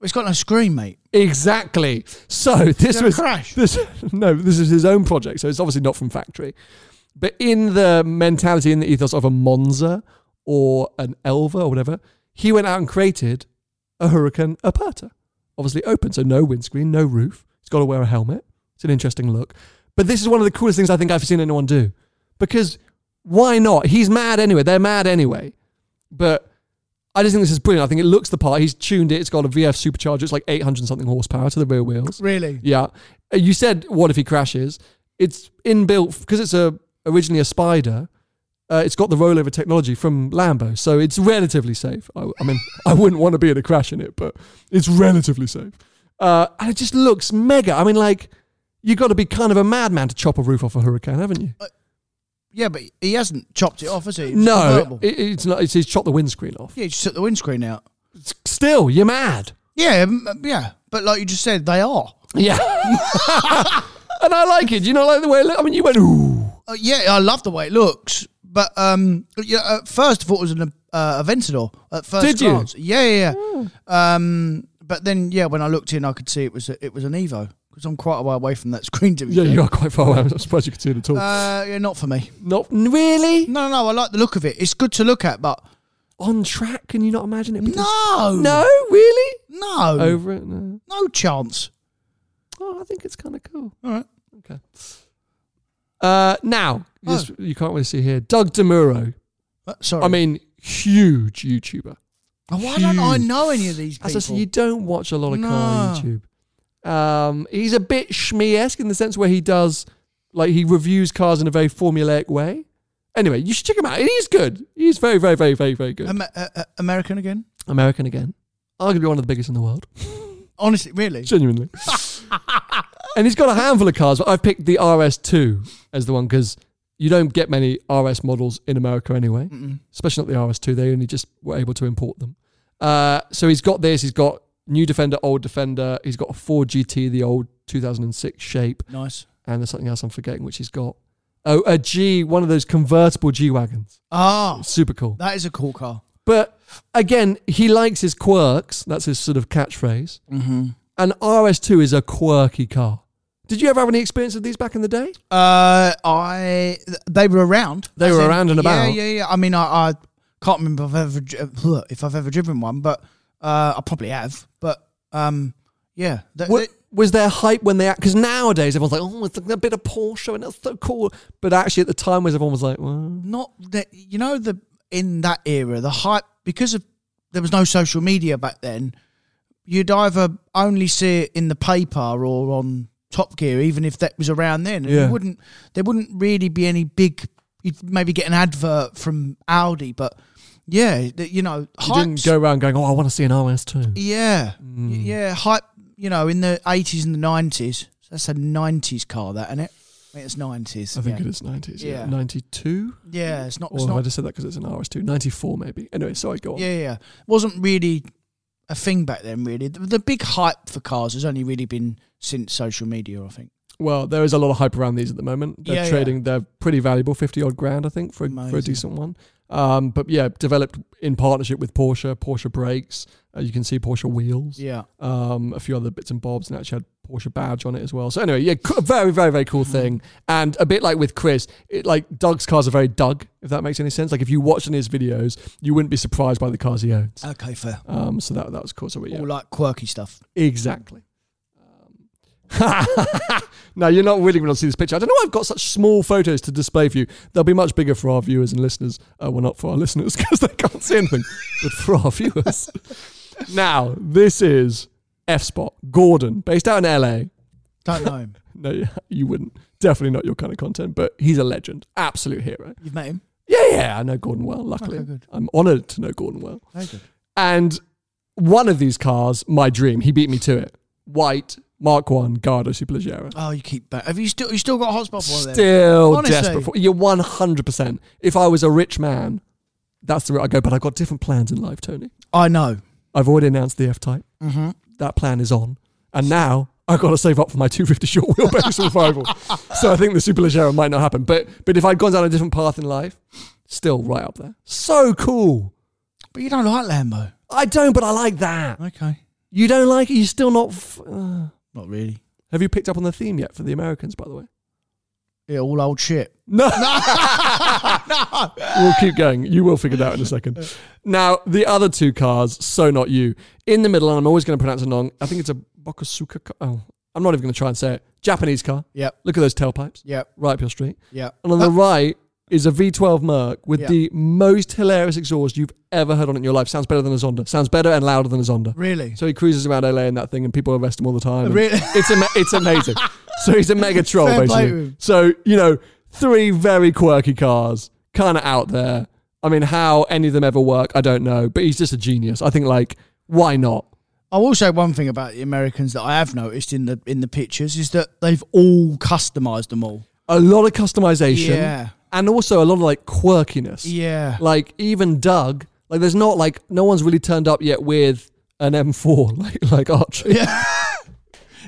Speaker 2: it's got no screen, mate.
Speaker 1: Exactly. So this
Speaker 2: a
Speaker 1: was
Speaker 2: crash?
Speaker 1: This, no, this is his own project, so it's obviously not from factory. But in the mentality, in the ethos of a Monza or an Elva or whatever, he went out and created a Hurricane Aperta. Obviously open, so no windscreen, no roof. He's got to wear a helmet. It's an interesting look. But this is one of the coolest things I think I've seen anyone do. Because why not? He's mad anyway. They're mad anyway. But I just think this is brilliant. I think it looks the part. He's tuned it. It's got a VF supercharger. It's like 800 and something horsepower to the rear wheels.
Speaker 2: Really?
Speaker 1: Yeah. Uh, You said, what if he crashes? It's inbuilt because it's a originally a spider. Uh, it's got the rollover technology from Lambo, so it's relatively safe. I, I mean, I wouldn't want to be in a crash in it, but it's relatively safe. Uh, and it just looks mega. I mean, like you got to be kind of a madman to chop a roof off a hurricane, haven't you?
Speaker 2: Yeah, but he hasn't chopped it off, has he? It's
Speaker 1: no,
Speaker 2: convertible.
Speaker 1: it, it's not. It's he's chopped the windscreen off.
Speaker 2: yeah, he just took the windscreen out.
Speaker 1: S- Still, you're mad.
Speaker 2: Yeah, m- yeah. But like you just said, they are.
Speaker 1: Yeah. and I like it. You know, like the way it look? I mean, you went, ooh.
Speaker 2: Uh, yeah, I love the way it looks. But um, yeah, at first I thought it was an uh, Aventador at first
Speaker 1: Did you? Hmm.
Speaker 2: glance. Yeah, yeah, yeah. Um, but then, yeah, when I looked in, I could see it was a, it was an Evo because I'm quite a way away from that screen. To be
Speaker 1: Yeah,
Speaker 2: fair.
Speaker 1: you are quite far away. I'm surprised you could see it at all.
Speaker 2: Uh, yeah, not for me.
Speaker 1: Not really
Speaker 2: No, no, no. I like the look of it. It's good to look at, but
Speaker 1: on track. Can you not imagine it? being-
Speaker 2: no, Oh.
Speaker 1: no, really.
Speaker 2: no,
Speaker 1: Over it. No.
Speaker 2: no chance.
Speaker 1: Oh, I think it's kind of cool.
Speaker 2: All right.
Speaker 1: Okay. Uh, now this- you can't really see here. Doug Demuro.
Speaker 2: Uh, Oh. sorry.
Speaker 1: I mean, huge YouTuber.
Speaker 2: Oh, why don't I
Speaker 1: huge.
Speaker 2: know any of these people?
Speaker 1: As I said, you don't watch a lot of car
Speaker 2: No.
Speaker 1: YouTube. Um, he's a bit schmee-esque in the sense where he does, like, he reviews cars in a very formulaic way. Anyway, you should check him out. He's good. He's very, very, very, very, very good.
Speaker 2: Am- uh, uh, American again?
Speaker 1: American again. Arguably one of the biggest in the world.
Speaker 2: Honestly, really?
Speaker 1: Genuinely. and he's got a handful of cars, but I've picked the RS2 as the one because you don't get many RS models in America anyway, especially not the RS2. They only just were able to import them. Uh, so he's got this. He's got new Defender, old Defender. He's got a Ford GT, the old 2006 shape,
Speaker 2: Nice.
Speaker 1: and there's something else I'm forgetting which he's got. Oh, a G, one of those convertible G wagons.
Speaker 2: Ah,
Speaker 1: Super cool.
Speaker 2: that is a cool car.
Speaker 1: But again, he likes his quirks. That's his sort of catchphrase. Mm-hmm. And RS2 is a quirky car. Did you ever have any experience of these back in the day?
Speaker 2: Uh, I th- they were around.
Speaker 1: They
Speaker 2: As
Speaker 1: were
Speaker 2: in-
Speaker 1: around and about.
Speaker 2: Yeah, yeah, yeah. I mean, I, I can't remember if I've ever dri- uh, if I've ever driven one, but uh, I probably have. But um, yeah, th-
Speaker 1: Wa-
Speaker 2: th-
Speaker 1: was there hype when they act? Because nowadays everyone's like, oh, it's like a bit of Porsche and it's so cool. But actually, at the time, was everyone was like, well,
Speaker 2: not that you know the in that era the hype because of there was no social media back then. You'd either only see it in the paper or on Top Gear, even if that was around then. And
Speaker 1: Yeah.
Speaker 2: You wouldn't there wouldn't really be any big. You'd maybe get an advert from Audi, but yeah, th- you know,
Speaker 1: you didn't
Speaker 2: hype's-
Speaker 1: go Mm. around going, oh, I want to see an RS2.
Speaker 2: Yeah, Y- yeah. Hype, you know, in the eighties and the nineties. That's a nineties car, that, isn't it? I think it's nineties.
Speaker 1: I think
Speaker 2: yeah.
Speaker 1: it is 90s. Yeah.
Speaker 2: Yeah.
Speaker 1: 92?
Speaker 2: Yeah, it's not.
Speaker 1: Or
Speaker 2: It's
Speaker 1: have I
Speaker 2: not
Speaker 1: just said that because it's an RS2. 94, maybe. Anyway, sorry, go on.
Speaker 2: yeah, yeah. Wasn't really a thing back then. Really, the, the big hype for cars has only really been since social media. I think.
Speaker 1: Well, there is a lot of hype around these at the moment. They're
Speaker 2: Yeah, yeah.
Speaker 1: trading; they're pretty valuable, fifty odd grand, I think, for, for a
Speaker 2: Amazing.
Speaker 1: decent one. Um, but yeah, developed in partnership with Porsche, Porsche brakes. Uh, you can see Porsche wheels,
Speaker 2: Yeah.
Speaker 1: um, a few other bits and bobs, and actually had Porsche badge on it as well. So anyway, yeah, co- very, very, very
Speaker 2: Mm-hmm.
Speaker 1: cool thing. And a bit like with Chris, it, like Doug's cars are very Doug, if that makes any sense. Like if you watched any of his videos, you wouldn't be surprised by the cars he owns.
Speaker 2: Okay, fair.
Speaker 1: Um, so that that was cool. So yeah,
Speaker 2: Uh, All like quirky stuff.
Speaker 1: Exactly. Um, now you're not really going to see this picture. I don't know. why I've got such small photos to display for you. They'll be much bigger for our viewers and listeners. Uh, well, not for our listeners because they can't see anything, but for our viewers. now this is F Spot Gordon, based out in LA.
Speaker 2: Don't know him.
Speaker 1: No, yeah, you wouldn't. Definitely not your kind of content. But he's a legend, absolute hero.
Speaker 2: You've met him.
Speaker 1: Yeah, yeah. I know Gordon well. Luckily,
Speaker 2: Okay, good.
Speaker 1: I'm honoured to know Gordon well.
Speaker 2: Very good.
Speaker 1: And one of these cars, my dream, he beat me to it. White Mark One Garda Superleggera.
Speaker 2: Oh, you keep back. Have you still? You still got a hotspot for one of them?
Speaker 1: Still
Speaker 2: Honestly.
Speaker 1: desperate for you're one hundred percent. If I was a rich man, that's the route I go. But I've got different plans in life, Tony.
Speaker 2: I know.
Speaker 1: I've already announced the F Type. Mm-hmm. That plan is on, and now I've got to save up for my two fifty short wheelbase revival. So I think the Superleggera might not happen. But but if I'd gone down a different path in life, still right up there. So cool.
Speaker 2: But you don't like Lambo.
Speaker 1: I don't, but I like that.
Speaker 2: Okay.
Speaker 1: You don't like it. You're still not. F- uh.
Speaker 2: Not really.
Speaker 1: Have you picked up on the theme yet for the Americans, by the way?
Speaker 2: Yeah, all old shit.
Speaker 1: No. We'll keep going. You will figure that out in a second. Now, the other two cars, so not you. In the middle, and I'm always going to pronounce it wrong. I think it's a Bokusuka car. Oh, I'm not even going to try and say it. Japanese car.
Speaker 2: Yep.
Speaker 1: Look at those tailpipes.
Speaker 2: Yep.
Speaker 1: Right up your street.
Speaker 2: Yep.
Speaker 1: And
Speaker 2: Oh,
Speaker 1: on the right is a V12 Merc with
Speaker 2: Yeah.
Speaker 1: the most hilarious exhaust you've ever heard on it in your life. Sounds better than a Zonda. Sounds better and louder than a Zonda.
Speaker 2: Really?
Speaker 1: So he cruises around LA in that thing, and people arrest him all the time. and
Speaker 2: Really?
Speaker 1: It's ama- it's amazing. so he's a mega troll,
Speaker 2: Fair play to
Speaker 1: basically.
Speaker 2: him.
Speaker 1: So you know, three very quirky cars, kind of out there. I mean, how any of them ever work, I don't know. But he's just a genius. I think, like, why not?
Speaker 2: I will say one thing about the Americans that I have noticed in the in the pictures is that they've all customized them all.
Speaker 1: A lot of customization,
Speaker 2: Yeah.
Speaker 1: and also a lot of like quirkiness.
Speaker 2: Yeah.
Speaker 1: Like even Doug, like there's not like no one's really turned up yet with an M4 like like Archer. Yeah.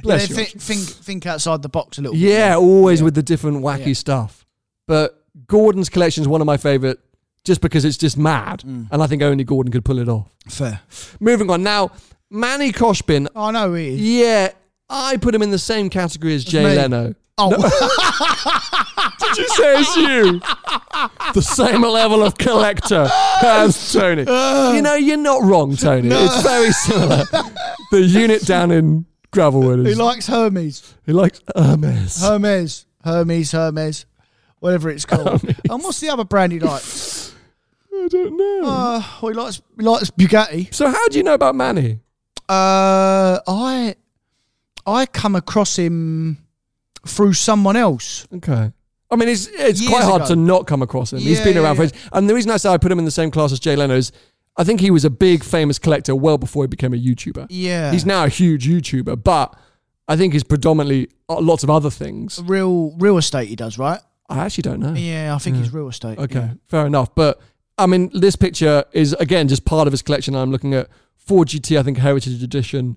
Speaker 1: Bless you.
Speaker 2: yeah, think, think think outside the box a little. bit.
Speaker 1: Yeah, always with the different wacky stuff. But Gordon's collection is one of my favorite just because it's just mad. And I think only Gordon could pull it off.
Speaker 2: Fair.
Speaker 1: Moving on. Now, Manny Koshbin,
Speaker 2: Oh no, he is.
Speaker 1: yeah, I put him in the same category as Jay
Speaker 2: me.
Speaker 1: Leno.
Speaker 2: Oh,
Speaker 1: Did you say it's you? the same level of collector as Tony. you know, you're not wrong, Tony. It's very similar. the unit down in Gravelwood.
Speaker 2: he
Speaker 1: Is,
Speaker 2: likes Hermes.
Speaker 1: he likes Hermes.
Speaker 2: Hermes. Hermes. Hermes. Whatever it's called. And what's the other brand he likes?
Speaker 1: I don't know.
Speaker 2: Uh, well, he likes he likes Bugatti.
Speaker 1: so how do you know about Manny?
Speaker 2: Uh, I I come across him through someone else.
Speaker 1: Okay. I mean, it's it's
Speaker 2: Years
Speaker 1: quite hard
Speaker 2: ago.
Speaker 1: to not come across him. He's
Speaker 2: Yeah,
Speaker 1: been
Speaker 2: yeah,
Speaker 1: around for
Speaker 2: yeah.
Speaker 1: ages. And the reason I say I put him in the same class as Jay Leno is I think he was a big famous collector well before he became a YouTuber.
Speaker 2: Yeah.
Speaker 1: He's now a huge YouTuber, but I think he's predominantly uh, lots of other things.
Speaker 2: Real real estate he does, right? Hmm.
Speaker 1: I actually don't know.
Speaker 2: Yeah, I think he's real estate.
Speaker 1: Okay, fair enough. But I mean, this picture is again just part of his collection. I'm looking at Ford GT, I think Heritage Edition,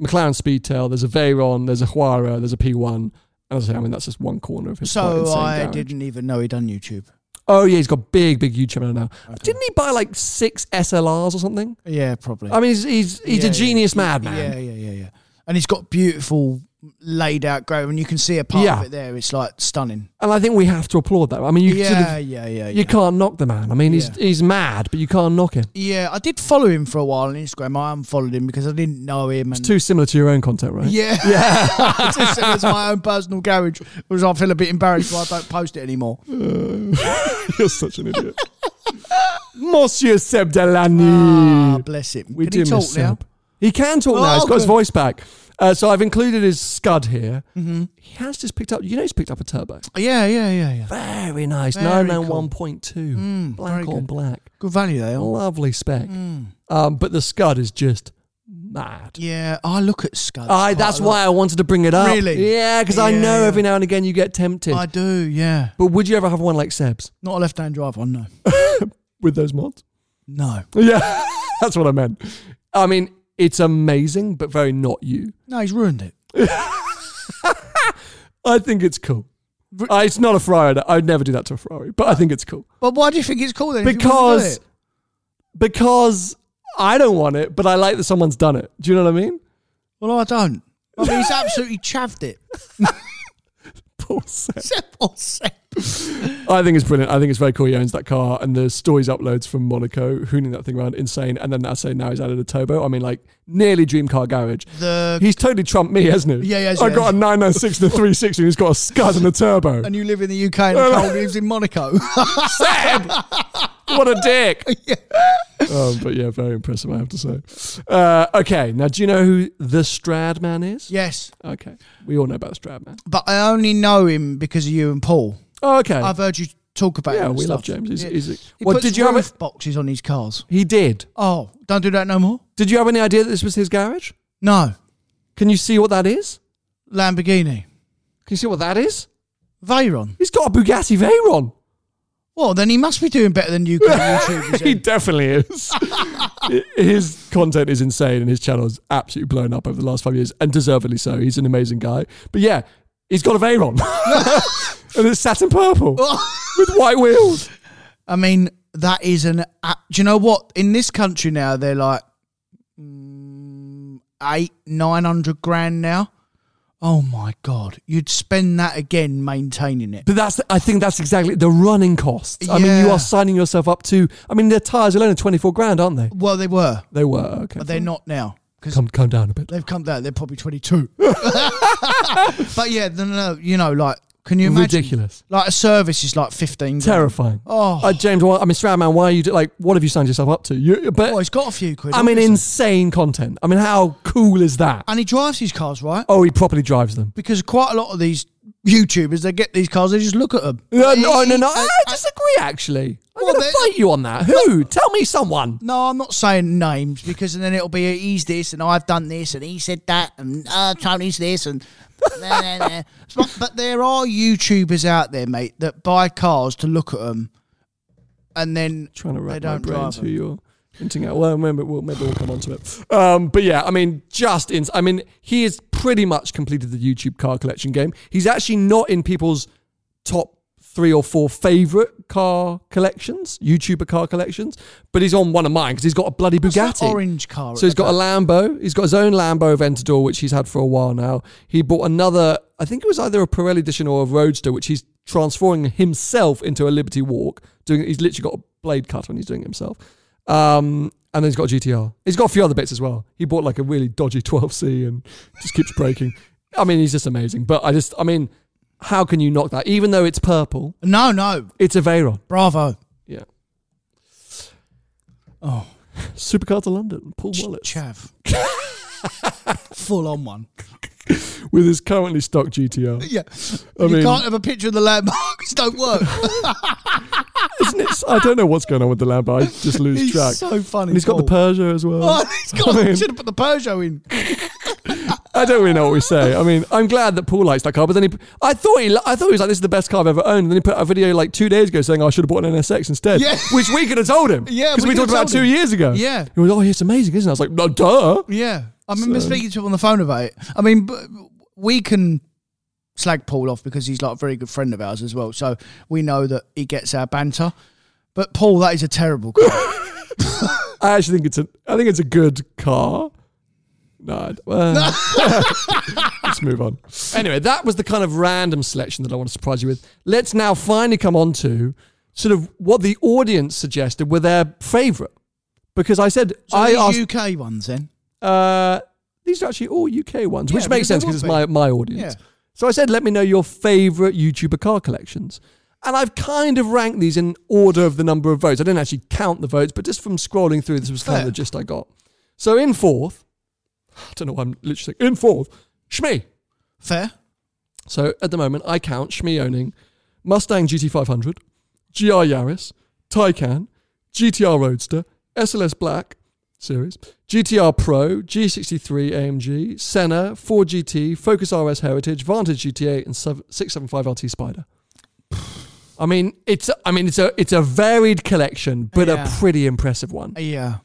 Speaker 1: McLaren Speedtail. There's a Veyron, there's a Huara, there's a P1. And as I say, I mean, that's just one corner of his. quite
Speaker 2: So
Speaker 1: insane
Speaker 2: I
Speaker 1: garage.
Speaker 2: didn't even know he'd done YouTube.
Speaker 1: Oh yeah, he's got big, big YouTube channel now. Didn't he buy like six SLRs or something?
Speaker 2: Yeah, probably.
Speaker 1: I mean, he's he's, he's
Speaker 2: Yeah,
Speaker 1: a genius
Speaker 2: yeah,
Speaker 1: madman.
Speaker 2: Yeah, yeah, yeah, yeah. And he's got beautiful laid out grove, and you can see a part
Speaker 1: Yeah.
Speaker 2: of it there. It's like stunning.
Speaker 1: And I think we have to applaud that. I mean, you
Speaker 2: Yeah,
Speaker 1: sort of,
Speaker 2: yeah, yeah,
Speaker 1: you
Speaker 2: yeah.
Speaker 1: can't knock the man. I mean, he's
Speaker 2: Yeah.
Speaker 1: he's mad, but you can't knock him.
Speaker 2: Yeah, I did follow him for a while on Instagram. I unfollowed him because I didn't know him. And
Speaker 1: It's too similar to your own content, right?
Speaker 2: Yeah. Yeah. just, it's my own personal garage, because I feel a bit embarrassed why I don't post it anymore.
Speaker 1: You're such an idiot. Monsieur Seb Delany.
Speaker 2: Ah, bless him.
Speaker 1: we
Speaker 2: Can
Speaker 1: do
Speaker 2: he talk
Speaker 1: miss
Speaker 2: now? Oh,
Speaker 1: Seb. He can talk now. He's got his
Speaker 2: good.
Speaker 1: voice back. Uh, so I've included his scud here.
Speaker 2: Mm-hmm.
Speaker 1: He has just picked up, you know, he's picked up a turbo.
Speaker 2: Yeah, yeah, yeah, yeah.
Speaker 1: Very nice.
Speaker 2: Very Mm,
Speaker 1: 991.2. black
Speaker 2: very
Speaker 1: on
Speaker 2: good.
Speaker 1: black.
Speaker 2: Good value they are.
Speaker 1: Lovely spec. Um, but the scud is just mad.
Speaker 2: Yeah, I look at Scud.
Speaker 1: I, that's why I wanted to bring it up.
Speaker 2: Really?
Speaker 1: Yeah, because I
Speaker 2: Yeah,
Speaker 1: know
Speaker 2: yeah.
Speaker 1: every now and again you get tempted.
Speaker 2: I do. Yeah,
Speaker 1: but would you ever have one like Seb's
Speaker 2: not a left-hand drive one. No,
Speaker 1: with those mods?
Speaker 2: no,
Speaker 1: Yeah, that's what I meant. I mean, it's amazing, but very not you.
Speaker 2: no. He's ruined it.
Speaker 1: I think it's cool. Uh, it's not a Ferrari. I'd never do that to a Ferrari, but I think it's cool
Speaker 2: But why do you think it's cool then? if you wouldn't do
Speaker 1: because
Speaker 2: it?
Speaker 1: because I don't want it, but I like that someone's done it. Do you know what I mean?
Speaker 2: well, I don't. I mean, he's absolutely chaffed it.
Speaker 1: Paul Seb.
Speaker 2: Simple set.
Speaker 1: I think it's brilliant. I think it's very cool. He owns that car, and the stories uploads from Monaco, hooning that thing around, insane. And then I say now he's added a turbo. I mean, like nearly dream car garage.
Speaker 2: The-
Speaker 1: he's totally trumped me, hasn't he?
Speaker 2: Yeah, he has,
Speaker 1: I
Speaker 2: yeah.
Speaker 1: got a 996 and a 360, and he's got a scud and a turbo.
Speaker 2: And you live in the UK and Cole lives in Monaco.
Speaker 1: Seb! What a dick! um, but yeah, very impressive, I have to say. Uh, okay, now do you know who the Strad man is?
Speaker 2: yes,
Speaker 1: Okay, we all know about the Strad man.
Speaker 2: but I only know him because of you and Paul.
Speaker 1: Oh, okay.
Speaker 2: I've heard you talk about him.
Speaker 1: yeah,
Speaker 2: and
Speaker 1: we
Speaker 2: stuff.
Speaker 1: love James. He's,
Speaker 2: Yeah.
Speaker 1: he's a-
Speaker 2: He
Speaker 1: well,
Speaker 2: puts
Speaker 1: did you have
Speaker 2: roof
Speaker 1: a,
Speaker 2: boxes on his cars?
Speaker 1: He did.
Speaker 2: Oh, don't do that no more.
Speaker 1: Did you have any idea that this was his garage?
Speaker 2: No,
Speaker 1: Can you see what that is?
Speaker 2: Lamborghini,
Speaker 1: Can you see what that is?
Speaker 2: Veyron.
Speaker 1: He's got a Bugatti Veyron.
Speaker 2: Well, then he must be doing better than you can YouTubers.
Speaker 1: he
Speaker 2: then.
Speaker 1: definitely is. his content is insane and his channel is absolutely blown up over the last five years and deservedly so. He's an amazing guy. But yeah, he's got a Veyron and it's satin purple with white wheels.
Speaker 2: I mean, that is an. a- Do you know what? In this country now, they're like mm, eight, nine hundred grand now. Oh my god! You'd spend that again maintaining it.
Speaker 1: But that's, I think that's exactly the running cost. I mean, you
Speaker 2: Yeah.
Speaker 1: are signing yourself up to, I mean, their tyres alone are 24 grand, aren't they?
Speaker 2: Well, they were,
Speaker 1: They were, okay.
Speaker 2: but they're not now because
Speaker 1: Come, come down a bit.
Speaker 2: they've come down. They're probably twenty-two. but yeah, no, no, no, you know, like, can you imagine?
Speaker 1: Ridiculous.
Speaker 2: Like a service is like fifteen. grand.
Speaker 1: Terrifying.
Speaker 2: Oh.
Speaker 1: Uh, James, why, I mean, Stradman, why are you, do, like, what have you signed yourself up to? You, but,
Speaker 2: Oh, he's got a few quid.
Speaker 1: I mean,
Speaker 2: obviously.
Speaker 1: insane content. I mean, how cool is that?
Speaker 2: and he drives his cars right
Speaker 1: Oh, he properly drives them.
Speaker 2: because quite a lot of these YouTubers they get these cars, they just look at them.
Speaker 1: Uh, No, no, no, no. I disagree, actually. I'm
Speaker 2: Well,
Speaker 1: going to
Speaker 2: they-
Speaker 1: fight you on that. Who? Tell me someone.
Speaker 2: No, I'm not saying names because then it'll be he's this and I've done this and he said that and uh, Tony's this and. nah, nah, nah. But, but there are YouTubers out there, mate, that buy cars to look at them, and then
Speaker 1: trying to
Speaker 2: they
Speaker 1: wrap my
Speaker 2: don't
Speaker 1: brain
Speaker 2: drive
Speaker 1: to
Speaker 2: 'em.
Speaker 1: your hinting at. Well, maybe we'll, maybe we'll come on to it. Um, but yeah, I mean, just in. I mean, he has pretty much completed the YouTube car collection game. He's actually not in people's top three or four favorite car collections, YouTuber car collections, but he's on one of mine because he's got a bloody Bugatti.
Speaker 2: that orange car at
Speaker 1: So he's
Speaker 2: the
Speaker 1: got a Lambo. He's got his own Lambo Aventador, which he's had for a while now. He bought another, I think it was either a Pirelli edition or a Roadster, which he's transforming himself into a Liberty Walk. Doing, he's literally got a blade cut when he's doing it himself. Um, and then he's got a GTR. He's got a few other bits as well. He bought like a really dodgy 12C and just keeps breaking. I mean, he's just amazing. But I just, I mean, how can you knock that? Even though it's purple,
Speaker 2: No, no.
Speaker 1: it's a Veyron.
Speaker 2: Bravo.
Speaker 1: Yeah.
Speaker 2: Oh.
Speaker 1: Supercar to London, Paul
Speaker 2: Ch-
Speaker 1: Wallace.
Speaker 2: Chav. Full on one.
Speaker 1: with his currently stock GTR.
Speaker 2: Yeah.
Speaker 1: I
Speaker 2: you
Speaker 1: mean-
Speaker 2: can't have a picture of the landmarks. Don't work.
Speaker 1: Isn't it? I don't know what's going on with the Lambo. I just lose
Speaker 2: He's
Speaker 1: track.
Speaker 2: so funny,
Speaker 1: And he's got the
Speaker 2: Paul.
Speaker 1: Peugeot as well.
Speaker 2: oh, he's got.
Speaker 1: I, mean,
Speaker 2: should have put the Peugeot in.
Speaker 1: I don't really know what we say. I mean, I'm glad that Paul likes that car, but then he, I thought he, li- I thought he was like, this is the best car I've ever owned. And then he put out a video like two days ago saying I should have bought an NSX instead,
Speaker 2: Yeah.
Speaker 1: which we could have told him.
Speaker 2: Yeah,
Speaker 1: because
Speaker 2: we
Speaker 1: we,
Speaker 2: could
Speaker 1: talked
Speaker 2: have
Speaker 1: about
Speaker 2: told
Speaker 1: two
Speaker 2: him.
Speaker 1: years ago.
Speaker 2: Yeah.
Speaker 1: he was, oh, it's amazing, isn't it? I was like, no, duh.
Speaker 2: Yeah. I remember speaking to him on the phone about it. I mean, b- we can slag Paul off because he's like a very good friend of ours as well. So we know that he gets our banter. But Paul, that is a terrible car.
Speaker 1: I actually think it's a, I think it's a good car. No, I d- well, let's move on. Anyway, that was the kind of random selection that I want to surprise you with. Let's now finally come on to sort of what the audience suggested were their favourite, because I said
Speaker 2: So
Speaker 1: I
Speaker 2: these
Speaker 1: asked.
Speaker 2: UK ones then.
Speaker 1: uh, these are actually all UK ones,
Speaker 2: Yeah,
Speaker 1: which makes
Speaker 2: because
Speaker 1: sense
Speaker 2: they
Speaker 1: because it's
Speaker 2: would
Speaker 1: my
Speaker 2: be.
Speaker 1: my audience.
Speaker 2: Yeah.
Speaker 1: So I said, let me know your favourite YouTuber car collections. And I've kind of ranked these in order of the number of votes. I didn't actually count the votes, but just from scrolling through, this was kind of
Speaker 2: Fair.
Speaker 1: the gist I got. So in fourth, I don't know why I'm literally saying, in fourth, Shmi.
Speaker 2: Fair.
Speaker 1: So at the moment, I count Shmi owning Mustang GT500, GR Yaris, Taycan, GTR Roadster, SLS Black Series, GTR Pro, G63 AMG, Senna, 4GT, Focus RS Heritage, Vantage GT8, and 7- 675 RT Spider. I mean, it's I mean it's a it's a varied collection, but
Speaker 2: Yeah.
Speaker 1: a pretty impressive one.
Speaker 2: Yeah.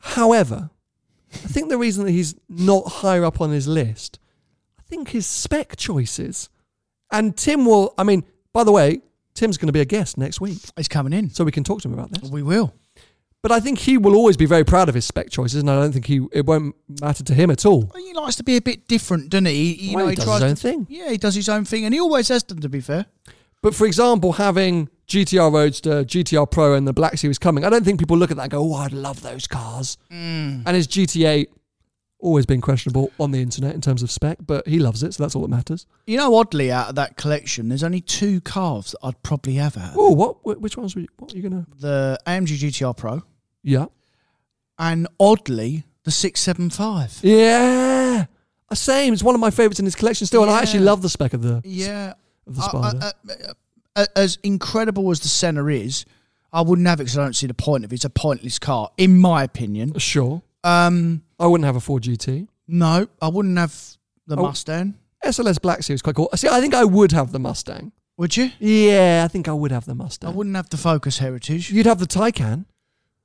Speaker 1: However, I think the reason that he's not higher up on his list, I think his spec choices, and Tim will. I mean, by the way, Tim's going to be a guest next week,
Speaker 2: He's coming in.
Speaker 1: so we can talk to him about this.
Speaker 2: We will.
Speaker 1: But I think he will always be very proud of his spec choices, and I don't think he it won't matter to him at all.
Speaker 2: Well, he likes to be a bit different, doesn't he? He, you
Speaker 1: Well,
Speaker 2: know,
Speaker 1: he
Speaker 2: he,
Speaker 1: does
Speaker 2: tries
Speaker 1: his own
Speaker 2: to-
Speaker 1: thing.
Speaker 2: Yeah, he does his own thing, and he always has done. To be fair,
Speaker 1: But for example, having GTR Roadster, GTR Pro, and the Black Series coming, I don't think people look at that and go, "Oh, I'd love those cars."
Speaker 2: Mm.
Speaker 1: And his GT8 always been questionable on the internet in terms of spec, but he loves it, so that's all that matters.
Speaker 2: you know, oddly, out of that collection, there's only two calves that I'd probably have out.
Speaker 1: Oh, what? wh- Which ones were you, what are you gonna?
Speaker 2: The AMG GTR Pro,
Speaker 1: Yeah,
Speaker 2: and oddly, the six seven five.
Speaker 1: yeah. Uh, Same. It's one of my favorites in his collection still, and I actually
Speaker 2: Yeah.
Speaker 1: love the spec of the
Speaker 2: Yeah, Uh,
Speaker 1: of the
Speaker 2: I- I-
Speaker 1: Spider.
Speaker 2: I- I- as incredible as the Senna is, I wouldn't have it because I don't see the point of it. It's a pointless car, in my opinion.
Speaker 1: sure,
Speaker 2: Um,
Speaker 1: I wouldn't have a four GT.
Speaker 2: no, I wouldn't have the
Speaker 1: Oh.
Speaker 2: Mustang.
Speaker 1: SLS Black Series quite cool. See, I think I would have the Mustang.
Speaker 2: Would you?
Speaker 1: Yeah, I think I would have the
Speaker 2: I
Speaker 1: Mustang.
Speaker 2: wouldn't have the Focus Heritage.
Speaker 1: You'd have the Taycan.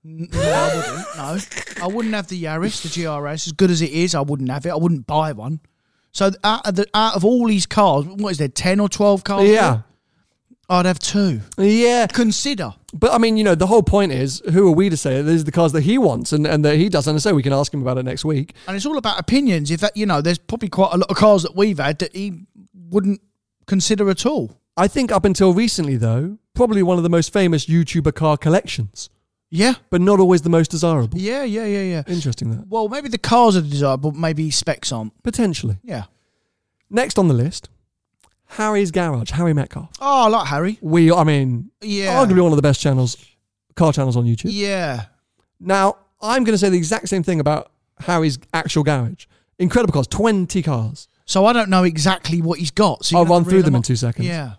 Speaker 2: N- No, I wouldn't. No, I wouldn't have the Yaris, the GRS. As good as it is, I wouldn't have it. I wouldn't buy one. So th- out of, the, out of all these cars, what is there, 10 or 12 cars?
Speaker 1: yeah,
Speaker 2: I'd have two.
Speaker 1: yeah.
Speaker 2: Consider.
Speaker 1: But I mean, you know, the whole point is, who are we to say these are the cars that he wants and, and that he doesn't? And so we can ask him about it next week.
Speaker 2: And it's all about opinions. If that, you know, there's probably quite a lot of cars that we've had that he wouldn't consider at all.
Speaker 1: I think up until recently, though, probably one of the most famous YouTuber car collections,
Speaker 2: Yeah.
Speaker 1: but not always the most desirable.
Speaker 2: Yeah, yeah, yeah, yeah.
Speaker 1: Interesting that.
Speaker 2: Well, maybe the cars are desirable, maybe specs aren't.
Speaker 1: Potentially.
Speaker 2: Yeah.
Speaker 1: Next on the list, Harry's Garage, Harry Metcalf.
Speaker 2: Oh, I like Harry.
Speaker 1: We, I mean,
Speaker 2: Yeah.
Speaker 1: arguably one of the best channels, car channels on YouTube.
Speaker 2: Yeah.
Speaker 1: Now, I'm going to say the exact same thing about Harry's actual garage. Incredible cars, 20 cars.
Speaker 2: So I don't know exactly what he's got. So you're
Speaker 1: I'll
Speaker 2: gonna
Speaker 1: run
Speaker 2: have to
Speaker 1: through
Speaker 2: reel
Speaker 1: them in
Speaker 2: off.
Speaker 1: two seconds.
Speaker 2: Yeah.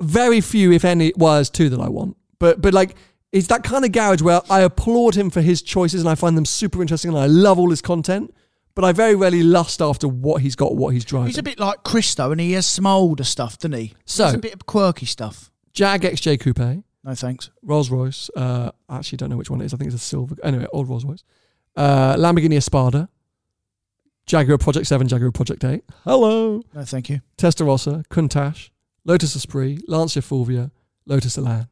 Speaker 1: Very few, if any, well, there's two that I want. But, but like, it's that kind of garage where I applaud him for his choices and I find them super interesting and I love all his content, but I very rarely lust after what he's got, what he's driving.
Speaker 2: He's a bit like Chris though, and he has some older stuff, doesn't he?
Speaker 1: So-
Speaker 2: He's a bit of quirky stuff.
Speaker 1: Jag XJ Coupe.
Speaker 2: No thanks.
Speaker 1: Rolls Royce. Uh, I actually don't know which one it is. I think it's a silver. Anyway, old Rolls Royce. Uh, Lamborghini Espada. Jaguar Project 7, Jaguar Project 8. Hello.
Speaker 2: No thank you.
Speaker 1: Testarossa, Countach, Lotus Esprit, Lancia Fulvia, Lotus Elan.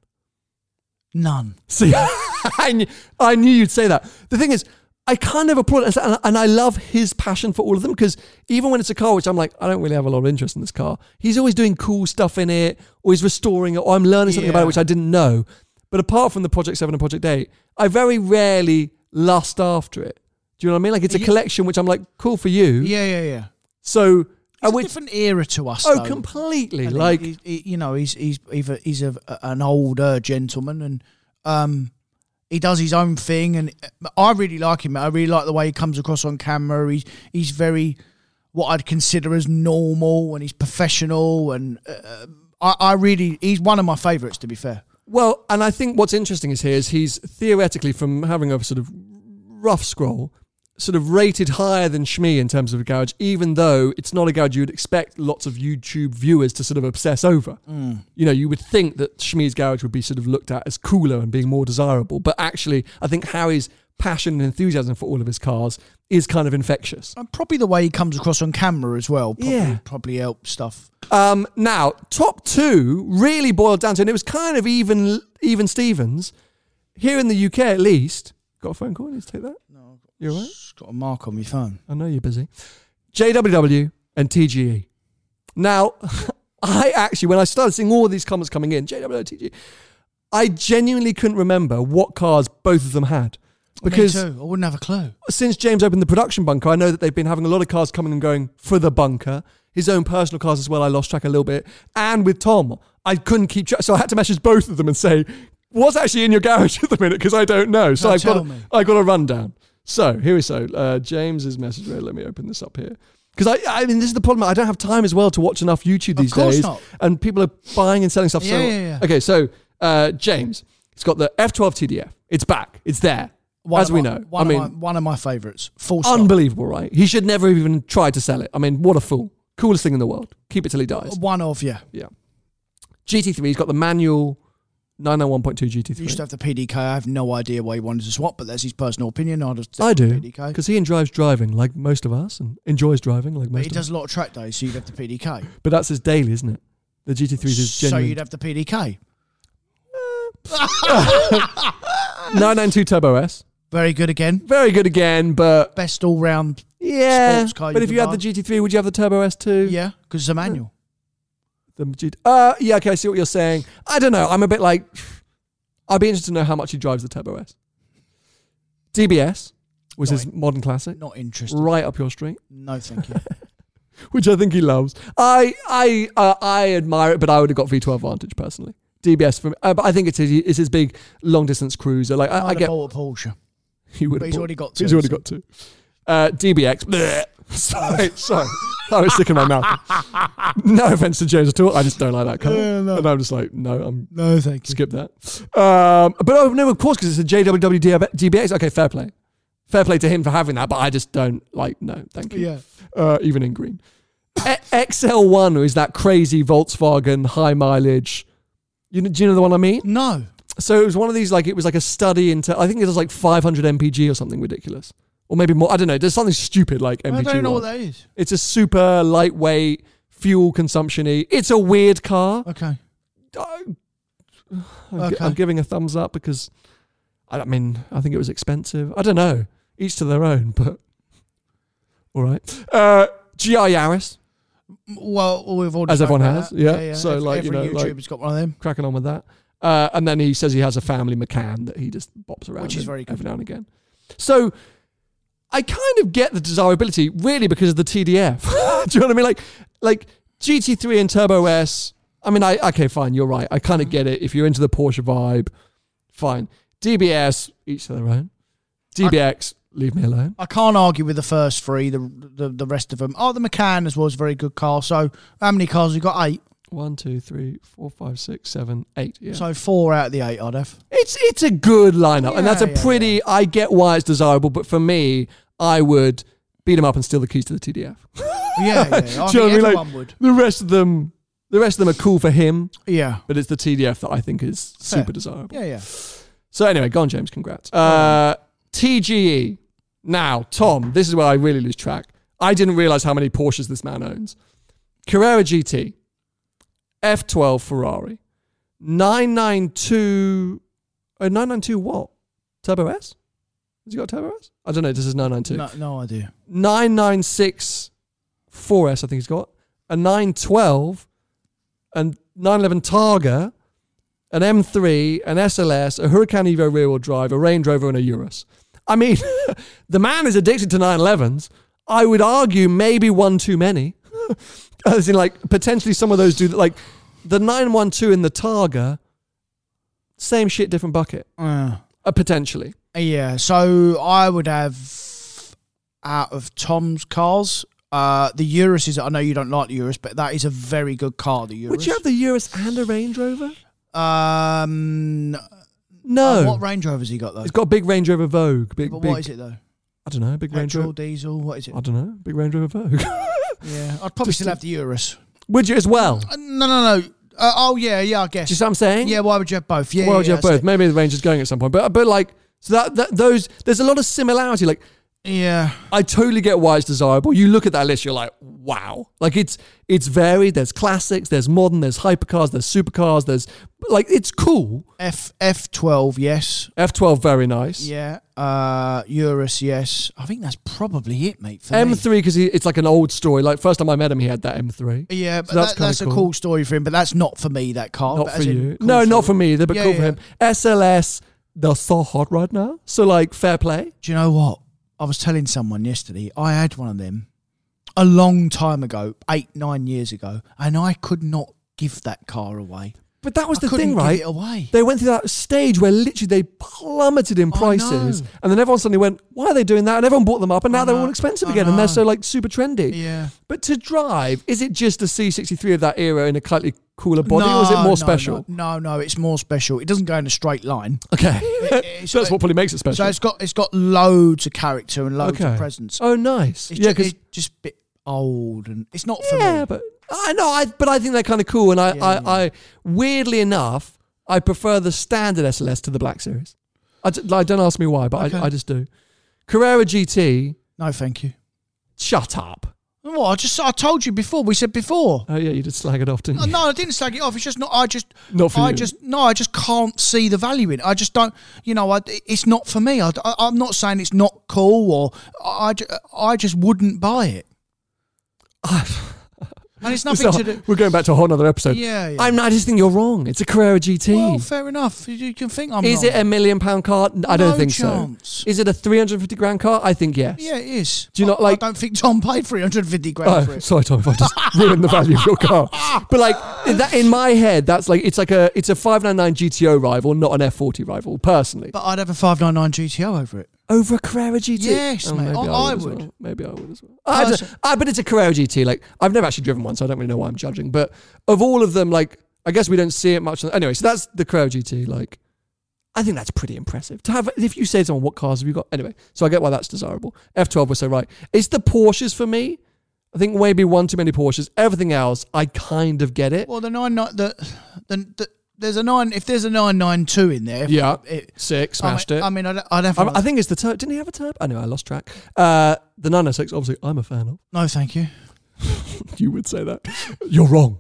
Speaker 2: None.
Speaker 1: See, I, knew, I knew you'd say that. The thing is, I kind of applaud it, and, and I love his passion for all of them because even when it's a car, which I'm like, I don't really have a lot of interest in this car, he's always doing cool stuff in it, or he's restoring it, or I'm learning something about
Speaker 2: Yeah.
Speaker 1: it which I didn't know. But apart from the Project Seven and Project Eight, I very rarely lust after it. Do you know what I mean? Like it's a
Speaker 2: Yeah.
Speaker 1: collection which I'm like, cool for you.
Speaker 2: Yeah, yeah, yeah.
Speaker 1: So I
Speaker 2: It's a
Speaker 1: would.
Speaker 2: different era to us.
Speaker 1: Oh,
Speaker 2: though.
Speaker 1: completely.
Speaker 2: And he-
Speaker 1: Like
Speaker 2: he- he- you know, he's he's either he's a, a- an older gentleman, and um, he does his own thing. And uh, I really like him. I really like the way he comes across on camera. He's he's very what I'd consider as normal, and he's professional. And uh, I, I really he's one of my favourites. To be fair,
Speaker 1: Well, and I think what's interesting is here is he's theoretically from having a sort of rough scroll, sort of rated higher than Shmi in terms of a garage, even though it's not a garage you would expect lots of YouTube viewers to sort of obsess over. You know, you would think that Shmi's garage would be sort of looked at as cooler and being more desirable, but actually, I think Harry's passion and enthusiasm for all of his cars is kind of infectious.
Speaker 2: and probably the way he comes across on camera as well. Probably,
Speaker 1: Yeah.
Speaker 2: probably helps stuff.
Speaker 1: Um, now, top two really boiled down to, and it was kind of even even Stevens here in the UK at least. Got a phone call? Need to take that. No, you're right.
Speaker 2: It's got a mark on my phone.
Speaker 1: I know you're busy. JWW and TGE. Now, I actually, when I started seeing all these comments coming in, JWW, TGE, E, I genuinely couldn't remember what cars both of them had because
Speaker 2: me too. I wouldn't have a clue.
Speaker 1: since James opened the production bunker, I know that they've been having a lot of cars coming and going for the bunker. His own personal cars as well. I lost track a little bit. And with Tom, I couldn't keep track, so I had to message both of them and say, "What's actually in your garage at the minute?" Because I don't know. So
Speaker 2: Now
Speaker 1: I've got
Speaker 2: tell me.
Speaker 1: I got a rundown. So here is so uh, James's message. Wait, Let me open this up here. Because I, I mean, this is the problem. I don't have time as well to watch enough YouTube
Speaker 2: Of
Speaker 1: these
Speaker 2: course
Speaker 1: days,
Speaker 2: not.
Speaker 1: and people are buying and selling stuff. so
Speaker 2: Yeah, yeah, yeah.
Speaker 1: okay, so uh, James, it's got the F12 TDF. It's back. It's there. as
Speaker 2: of
Speaker 1: we
Speaker 2: my-
Speaker 1: know,
Speaker 2: one
Speaker 1: I
Speaker 2: of
Speaker 1: mean,
Speaker 2: my, one of my favourites. Full stop.
Speaker 1: Unbelievable, right? He should never have even tried to sell it. I mean, what a fool. Coolest thing in the world. Keep it till he dies.
Speaker 2: One of yeah.
Speaker 1: Yeah. GT3, he's got the manual 991.2
Speaker 2: He used to
Speaker 1: GT3.
Speaker 2: have the PDK. I have no idea why he wanted to swap, but that's his personal opinion. I just
Speaker 1: I do.
Speaker 2: PDK.
Speaker 1: Because Ian drives driving like most of us and enjoys driving like
Speaker 2: But
Speaker 1: most
Speaker 2: he
Speaker 1: of
Speaker 2: does
Speaker 1: us.
Speaker 2: a lot of track days, so you'd have the PDK.
Speaker 1: But that's his daily, isn't it? The GT3 is his
Speaker 2: So
Speaker 1: genuine.
Speaker 2: you'd have the PDK.
Speaker 1: 992 Turbo S.
Speaker 2: Very good again.
Speaker 1: Very good again, but
Speaker 2: Best all round.
Speaker 1: yeah.
Speaker 2: Sports car you
Speaker 1: but if
Speaker 2: can
Speaker 1: you had
Speaker 2: buy.
Speaker 1: the GT3, would you have the Turbo S too?
Speaker 2: Yeah, because it's a manual.
Speaker 1: The G- uh, yeah, okay, I see what you're saying. I don't know. I'm a bit like, I'd be interested to know how much he drives the Turbo S. DBS was
Speaker 2: Not
Speaker 1: his
Speaker 2: in-
Speaker 1: modern classic,
Speaker 2: Not interested.
Speaker 1: right up your street,
Speaker 2: No, thank you.
Speaker 1: which I think he loves. I I uh, I admire it, but I would have got V12 Vantage personally. DBS for me, uh, but I think it's his, it's his big long distance cruiser. Like I, I
Speaker 2: I'd
Speaker 1: get
Speaker 2: have bought a Porsche.
Speaker 1: he would. have
Speaker 2: But he's
Speaker 1: bought-
Speaker 2: already got
Speaker 1: He's
Speaker 2: two,
Speaker 1: already
Speaker 2: so- Oh.
Speaker 1: got two. Uh, DBX. Blech. sorry, sorry. I was sick in my mouth. No offense to James at all. I just don't like that colour. And I'm just like, no, I'm
Speaker 2: No, thank you.
Speaker 1: skip that. Um, but oh no, of course, because it's a JWW DBX. Okay, fair play, fair play to him for having that. But I just don't like. No, thank you.
Speaker 2: Yeah.
Speaker 1: Uh, even in green, E- XL1 is that crazy Volkswagen high mileage. You know, do you know the one I mean?
Speaker 2: No.
Speaker 1: So it was one of these like it was like a study into. I think it was like 500 mpg or something ridiculous, or maybe more. I don't know. There's something stupid like mpg.
Speaker 2: I don't know
Speaker 1: one.
Speaker 2: what that is.
Speaker 1: It's a super lightweight, fuel consumption-y. It's a weird car.
Speaker 2: Okay.
Speaker 1: I'm, gi-
Speaker 2: Okay.
Speaker 1: I'm giving a thumbs up because I don't- I mean I think it was expensive. I don't know. Each to their own, but all right. Uh, GR Yaris,
Speaker 2: Well, we've already
Speaker 1: As
Speaker 2: spoke
Speaker 1: everyone
Speaker 2: about
Speaker 1: has,
Speaker 2: that.
Speaker 1: yeah. So,
Speaker 2: Every-
Speaker 1: like, you
Speaker 2: every
Speaker 1: know, like-
Speaker 2: YouTuber's got one of them.
Speaker 1: cracking on with that. Uh, and then he says he has a family McCann that he just bops around,
Speaker 2: Which is
Speaker 1: in
Speaker 2: very good.
Speaker 1: every now and again. So I kind of get the desirability really because of the TDF. Do you know what I mean? Like like GT3 and Turbo S. I mean, I okay, fine. You're right. I kind
Speaker 2: Mm.
Speaker 1: of get it. If you're into the Porsche vibe, fine. DBS, each to their own. DBX, leave me alone.
Speaker 2: I can't argue with the first three. The the, the rest of them. Oh, the McCann as well is a very good car. So how many cars we got? Eight.
Speaker 1: One, two, three, four, five, six, seven, eight. Yeah.
Speaker 2: So four out of the eight I'd have.
Speaker 1: It's it's a good lineup, and that's a
Speaker 2: Yeah, yeah,
Speaker 1: pretty. I get why it's desirable, but for me, I would beat him up and steal the keys to the TDF.
Speaker 2: Yeah, yeah. I
Speaker 1: Do you know
Speaker 2: think
Speaker 1: what I mean?
Speaker 2: everyone
Speaker 1: Like,
Speaker 2: would.
Speaker 1: The rest of them, the rest of them are cool for him,
Speaker 2: Yeah.
Speaker 1: but it's the TDF that I think is
Speaker 2: Fair.
Speaker 1: super desirable.
Speaker 2: Yeah, yeah.
Speaker 1: So anyway, go on, James. Congrats. Uh, TGE. Now, Tom, this is where I really lose track. I didn't realize how many Porsches this man owns. Carrera GT, F12 Ferrari, 992. Uh, 992 what? Turbo S? Has he got a Turbo S? I don't know. This is 992.
Speaker 2: No, no idea.
Speaker 1: 996 4S, I think he's got, a 912, and 911 Targa, an M3, an SLS, a Hurricane Evo rear wheel drive, a Range Rover, and a Urus. I mean, the man is addicted to 911s. I would argue maybe one too many. As in, like, potentially some of those do, like, the 912 in the Targa, same shit, different bucket,
Speaker 2: Uh,
Speaker 1: uh, potentially.
Speaker 2: yeah, so I would have out of Tom's cars. Uh, the Urus is. I know you don't like the Urus, but that is a very good car. The Urus.
Speaker 1: Would you have the Urus and a Range Rover?
Speaker 2: um, uh,
Speaker 1: No.
Speaker 2: what Range Rover's he got though?
Speaker 1: It's got a big Range Rover Vogue. Big,
Speaker 2: but
Speaker 1: big,
Speaker 2: what is it though?
Speaker 1: I don't know. Big Range
Speaker 2: Petrol,
Speaker 1: Rover.
Speaker 2: diesel. What is it?
Speaker 1: I don't know. Big Range Rover Vogue.
Speaker 2: yeah, I'd probably
Speaker 1: Just
Speaker 2: still
Speaker 1: a-
Speaker 2: have the Urus.
Speaker 1: Would you as well? Do
Speaker 2: Uh, no, no, no. Uh, oh yeah, yeah. I guess.
Speaker 1: you see what I'm saying?
Speaker 2: yeah. Why would you have both? Yeah.
Speaker 1: Why would
Speaker 2: yeah,
Speaker 1: you have
Speaker 2: that's
Speaker 1: both? Maybe the Range is going at some point, but but like so that, that those there's a lot of similarity. Like
Speaker 2: it. Yeah.
Speaker 1: I totally get why it's desirable. You look at that list, you're like, wow. Like it's it's varied. There's classics. There's modern. There's hypercars. There's supercars. There's like it's cool.
Speaker 2: F F twelve. Yes.
Speaker 1: F12 very nice.
Speaker 2: Yeah. Uh, Urus. Yes. I think that's probably it, mate. For me.
Speaker 1: M3 because it's like an old story. Like first time I met him, he had that M3.
Speaker 2: Yeah,
Speaker 1: that's
Speaker 2: but that's, that,
Speaker 1: kinda
Speaker 2: that's
Speaker 1: cool.
Speaker 2: a cool story for him. But that's not for me. That car.
Speaker 1: not
Speaker 2: but
Speaker 1: for
Speaker 2: as in
Speaker 1: you.
Speaker 2: cool
Speaker 1: no, not
Speaker 2: story.
Speaker 1: for me. They're
Speaker 2: Yeah,
Speaker 1: cool
Speaker 2: yeah,
Speaker 1: for him. SLS, they're so hot right now. So like, fair play.
Speaker 2: Do you know what? I was telling someone yesterday. I had one of them a long time ago, eight nine years ago, and I could not give that car away.
Speaker 1: But that was
Speaker 2: I
Speaker 1: the
Speaker 2: couldn't
Speaker 1: thing,
Speaker 2: give
Speaker 1: right?
Speaker 2: it away.
Speaker 1: They went through that stage where literally they plummeted in
Speaker 2: I
Speaker 1: prices,
Speaker 2: know.
Speaker 1: and then everyone suddenly went, "Why are they doing that?" And everyone bought them up, and now
Speaker 2: I
Speaker 1: they're
Speaker 2: know.
Speaker 1: all expensive
Speaker 2: I
Speaker 1: again, and they're
Speaker 2: know.
Speaker 1: so like super trendy.
Speaker 2: Yeah.
Speaker 1: But to drive, is it just a C63 of that era in a slightly cooler body, or is it
Speaker 2: No,
Speaker 1: more
Speaker 2: no,
Speaker 1: special?
Speaker 2: No, no, no, it's more special. It doesn't go in a straight line.
Speaker 1: Okay,
Speaker 2: it's-
Speaker 1: so that's what probably makes it special.
Speaker 2: So it's got it's got loads of character and loads
Speaker 1: okay.
Speaker 2: of presence.
Speaker 1: Oh, nice.
Speaker 2: It's
Speaker 1: yeah,
Speaker 2: ju-
Speaker 1: because
Speaker 2: it's just a bit old and it's not for
Speaker 1: Yeah,
Speaker 2: me.
Speaker 1: but I know, I but I think they're kind of cool, and I,
Speaker 2: Yeah,
Speaker 1: I,
Speaker 2: yeah.
Speaker 1: I, weirdly enough, I prefer the standard SLS to the Black Series. I, d- like, don't ask me why, but
Speaker 2: Okay.
Speaker 1: I, I just do. Carrera GT,
Speaker 2: No, thank you.
Speaker 1: shut up.
Speaker 2: Well, I just I told you before. We said before.
Speaker 1: Oh yeah, you did slag it off, didn't
Speaker 2: No,
Speaker 1: you?
Speaker 2: no, I didn't slag it off. It's just not. I just
Speaker 1: Not for
Speaker 2: I
Speaker 1: you.
Speaker 2: just no. I just can't see the value in. it. I just don't. You know, I, it's not for me. I, am not saying it's not cool or I, I ju- I just wouldn't buy it. and it's nothing
Speaker 1: So,
Speaker 2: to do.
Speaker 1: We're going back to a whole other episode.
Speaker 2: Yeah, yeah.
Speaker 1: I'm. I just think you're wrong. It's a Carrera GT.
Speaker 2: Well, fair enough. You, you can think I'm.
Speaker 1: is
Speaker 2: wrong.
Speaker 1: it a million pound car? I don't
Speaker 2: No
Speaker 1: think
Speaker 2: chance.
Speaker 1: so. Is it a 350 grand car? I think yes.
Speaker 2: Yeah, it is.
Speaker 1: Do you not
Speaker 2: I-
Speaker 1: like-
Speaker 2: I don't think Tom paid three hundred fifty grand for
Speaker 1: Oh,
Speaker 2: it.
Speaker 1: sorry, Tom, if I just ruined the value of your car. But like that in my head, that's like it's like a it's a 599 GTO rival, not an F40 rival. Personally,
Speaker 2: But I'd have a five nine nine GTO over it.
Speaker 1: over a Carrera GT.
Speaker 2: Yes, mate.
Speaker 1: maybe
Speaker 2: Oh, I
Speaker 1: as
Speaker 2: would.
Speaker 1: well. Maybe I would as well. I, don't-
Speaker 2: Person-
Speaker 1: I- but it's a Carrera GT. Like I've never actually driven one, so I don't really know why I'm judging. But of all of them, like I guess we don't see it much. Anyway, so that's the Carrera GT. Like I think that's pretty impressive to have. If you say to someone, "What cars have you got?" Anyway, so I get why that's desirable. F12 was so right. It's the Porsches for me. I think maybe one too many Porsches. Everything else, I kind of get it.
Speaker 2: Well, the nine nine the, the, the there's a nine if there's a nine nine two in there.
Speaker 1: yeah,
Speaker 2: it-
Speaker 1: six smashed
Speaker 2: I
Speaker 1: it.
Speaker 2: mean, I mean, I'd, I'd have.
Speaker 1: I, I
Speaker 2: think,
Speaker 1: think it's the turbo. Didn't he have a turbo? I know I lost track. Uh, the 906, obviously, I'm a fan of.
Speaker 2: no, thank you.
Speaker 1: you would say that. You're wrong.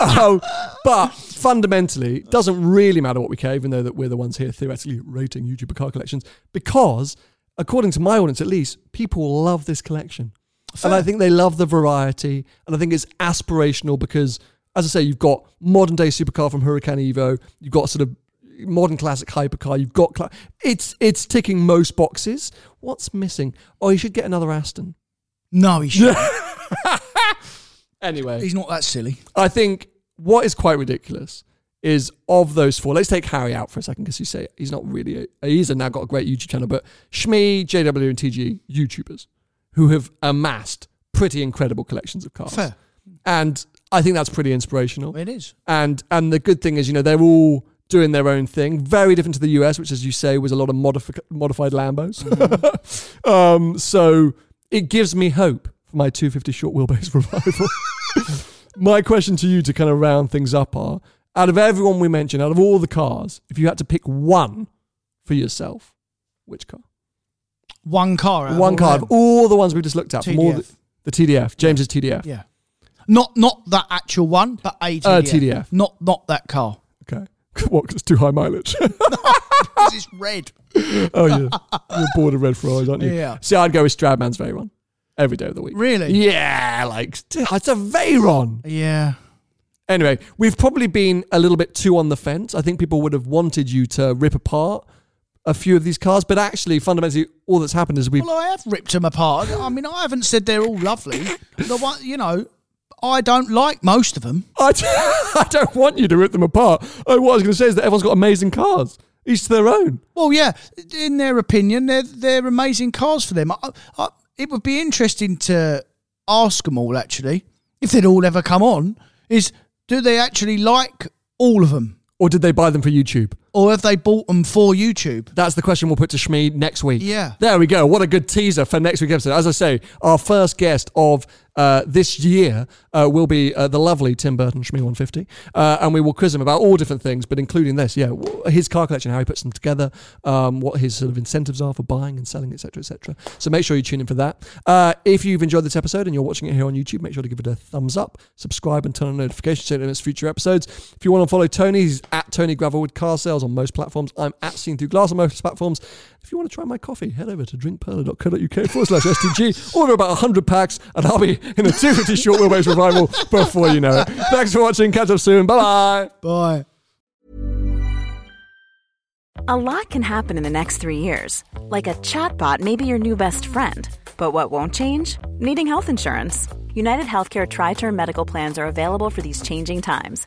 Speaker 1: Um, but fundamentally, it doesn't really matter what we care, even though that we're the ones here theoretically rating YouTuber car collections, because according to my audience at least, people love this collection. And I think they love the variety, and I think it's aspirational because, as I say, you've got modern day supercar from Hurricane Evo, you've got sort of modern classic hypercar, you've got cla- it's it's ticking most boxes. What's missing? Oh, you should get another Aston.
Speaker 2: No, he should.
Speaker 1: Anyway,
Speaker 2: He's not that silly.
Speaker 1: I think what is quite ridiculous is of those four. Let's take Harry out for a second because you say he's not really. A, he's now got a great YouTube channel, but Shmi, JW, and TG YouTubers who have amassed pretty incredible collections of cars.
Speaker 2: Fair.
Speaker 1: And I think that's pretty inspirational.
Speaker 2: It is.
Speaker 1: And and the good thing is, you know, they're all doing their own thing. Very different to the US, which, as you say, was a lot of modifi- modified Lambos. um, so it gives me hope for my 250 short wheelbase revival. my question to you to kind of round things up are: out of everyone we mentioned, out of all the cars, if you had to pick one for yourself, which car?
Speaker 2: One car. out of
Speaker 1: One
Speaker 2: all
Speaker 1: car of
Speaker 2: them.
Speaker 1: all the ones we just looked at. From all the,
Speaker 2: TDF.
Speaker 1: the TDF, James's TDF.
Speaker 2: Yeah. Not not that actual one, but ATDF.
Speaker 1: Uh, TDF.
Speaker 2: Not not that car.
Speaker 1: Okay. What? 'cause it's too high mileage.
Speaker 2: 'Cause it's red.
Speaker 1: oh yeah, you're bored of red Ferraris, aren't you?
Speaker 2: Yeah.
Speaker 1: See, I'd go with Stradman's Veyron every day of the week.
Speaker 2: Really?
Speaker 1: Yeah, like d- it's a Veyron.
Speaker 2: Yeah.
Speaker 1: Anyway, we've probably been a little bit too on the fence. I think people would have wanted you to rip apart a few of these cars, but actually, fundamentally, all that's happened is we've
Speaker 2: Well, I have ripped them apart. I mean, I haven't said they're all lovely. The one, you know, I don't like most of them.
Speaker 1: I d- I don't want you to rip them apart. Oh, what I was going to say is that everyone's got amazing cars, each to their own.
Speaker 2: Well, yeah, in their opinion, they're they're amazing cars for them. I, I, it would be interesting to ask them all actually if they'd all ever come on. Is do they actually like all of them,
Speaker 1: Or did they buy them for YouTube?
Speaker 2: or have they bought them for YouTube?
Speaker 1: That's the question we'll put to Schmid next week.
Speaker 2: Yeah.
Speaker 1: There we go. What a good teaser for next week's episode. As I say, our first guest of uh, this year uh, will be uh, the lovely Tim Burton, Schmid 150. Uh, and we will quiz him about all different things, but including this, yeah, w- his car collection, how he puts them together, um, what his sort of incentives are for buying and selling, etc., etc. So make sure you tune in for that. Uh, if you've enjoyed this episode and you're watching it here on YouTube, make sure to give it a thumbs up, subscribe, and turn on notifications so you don't miss future episodes. If you want to follow Tony, he's at Tony Gravelwood Car Sales on most platforms. I'm at Seen Through Glass on most platforms. If you want to try my coffee, head over to drinkperla.co.uk forward slash STG. Order about 100 packs, and I'll be in a 250 short wheelbase revival before you know it. Thanks for watching. Catch up soon. Bye bye.
Speaker 2: Bye.
Speaker 4: A lot can happen in the next three years. Like a chatbot may be your new best friend. But what won't change? Needing health insurance. United Healthcare Tri Term Medical Plans are available for these changing times.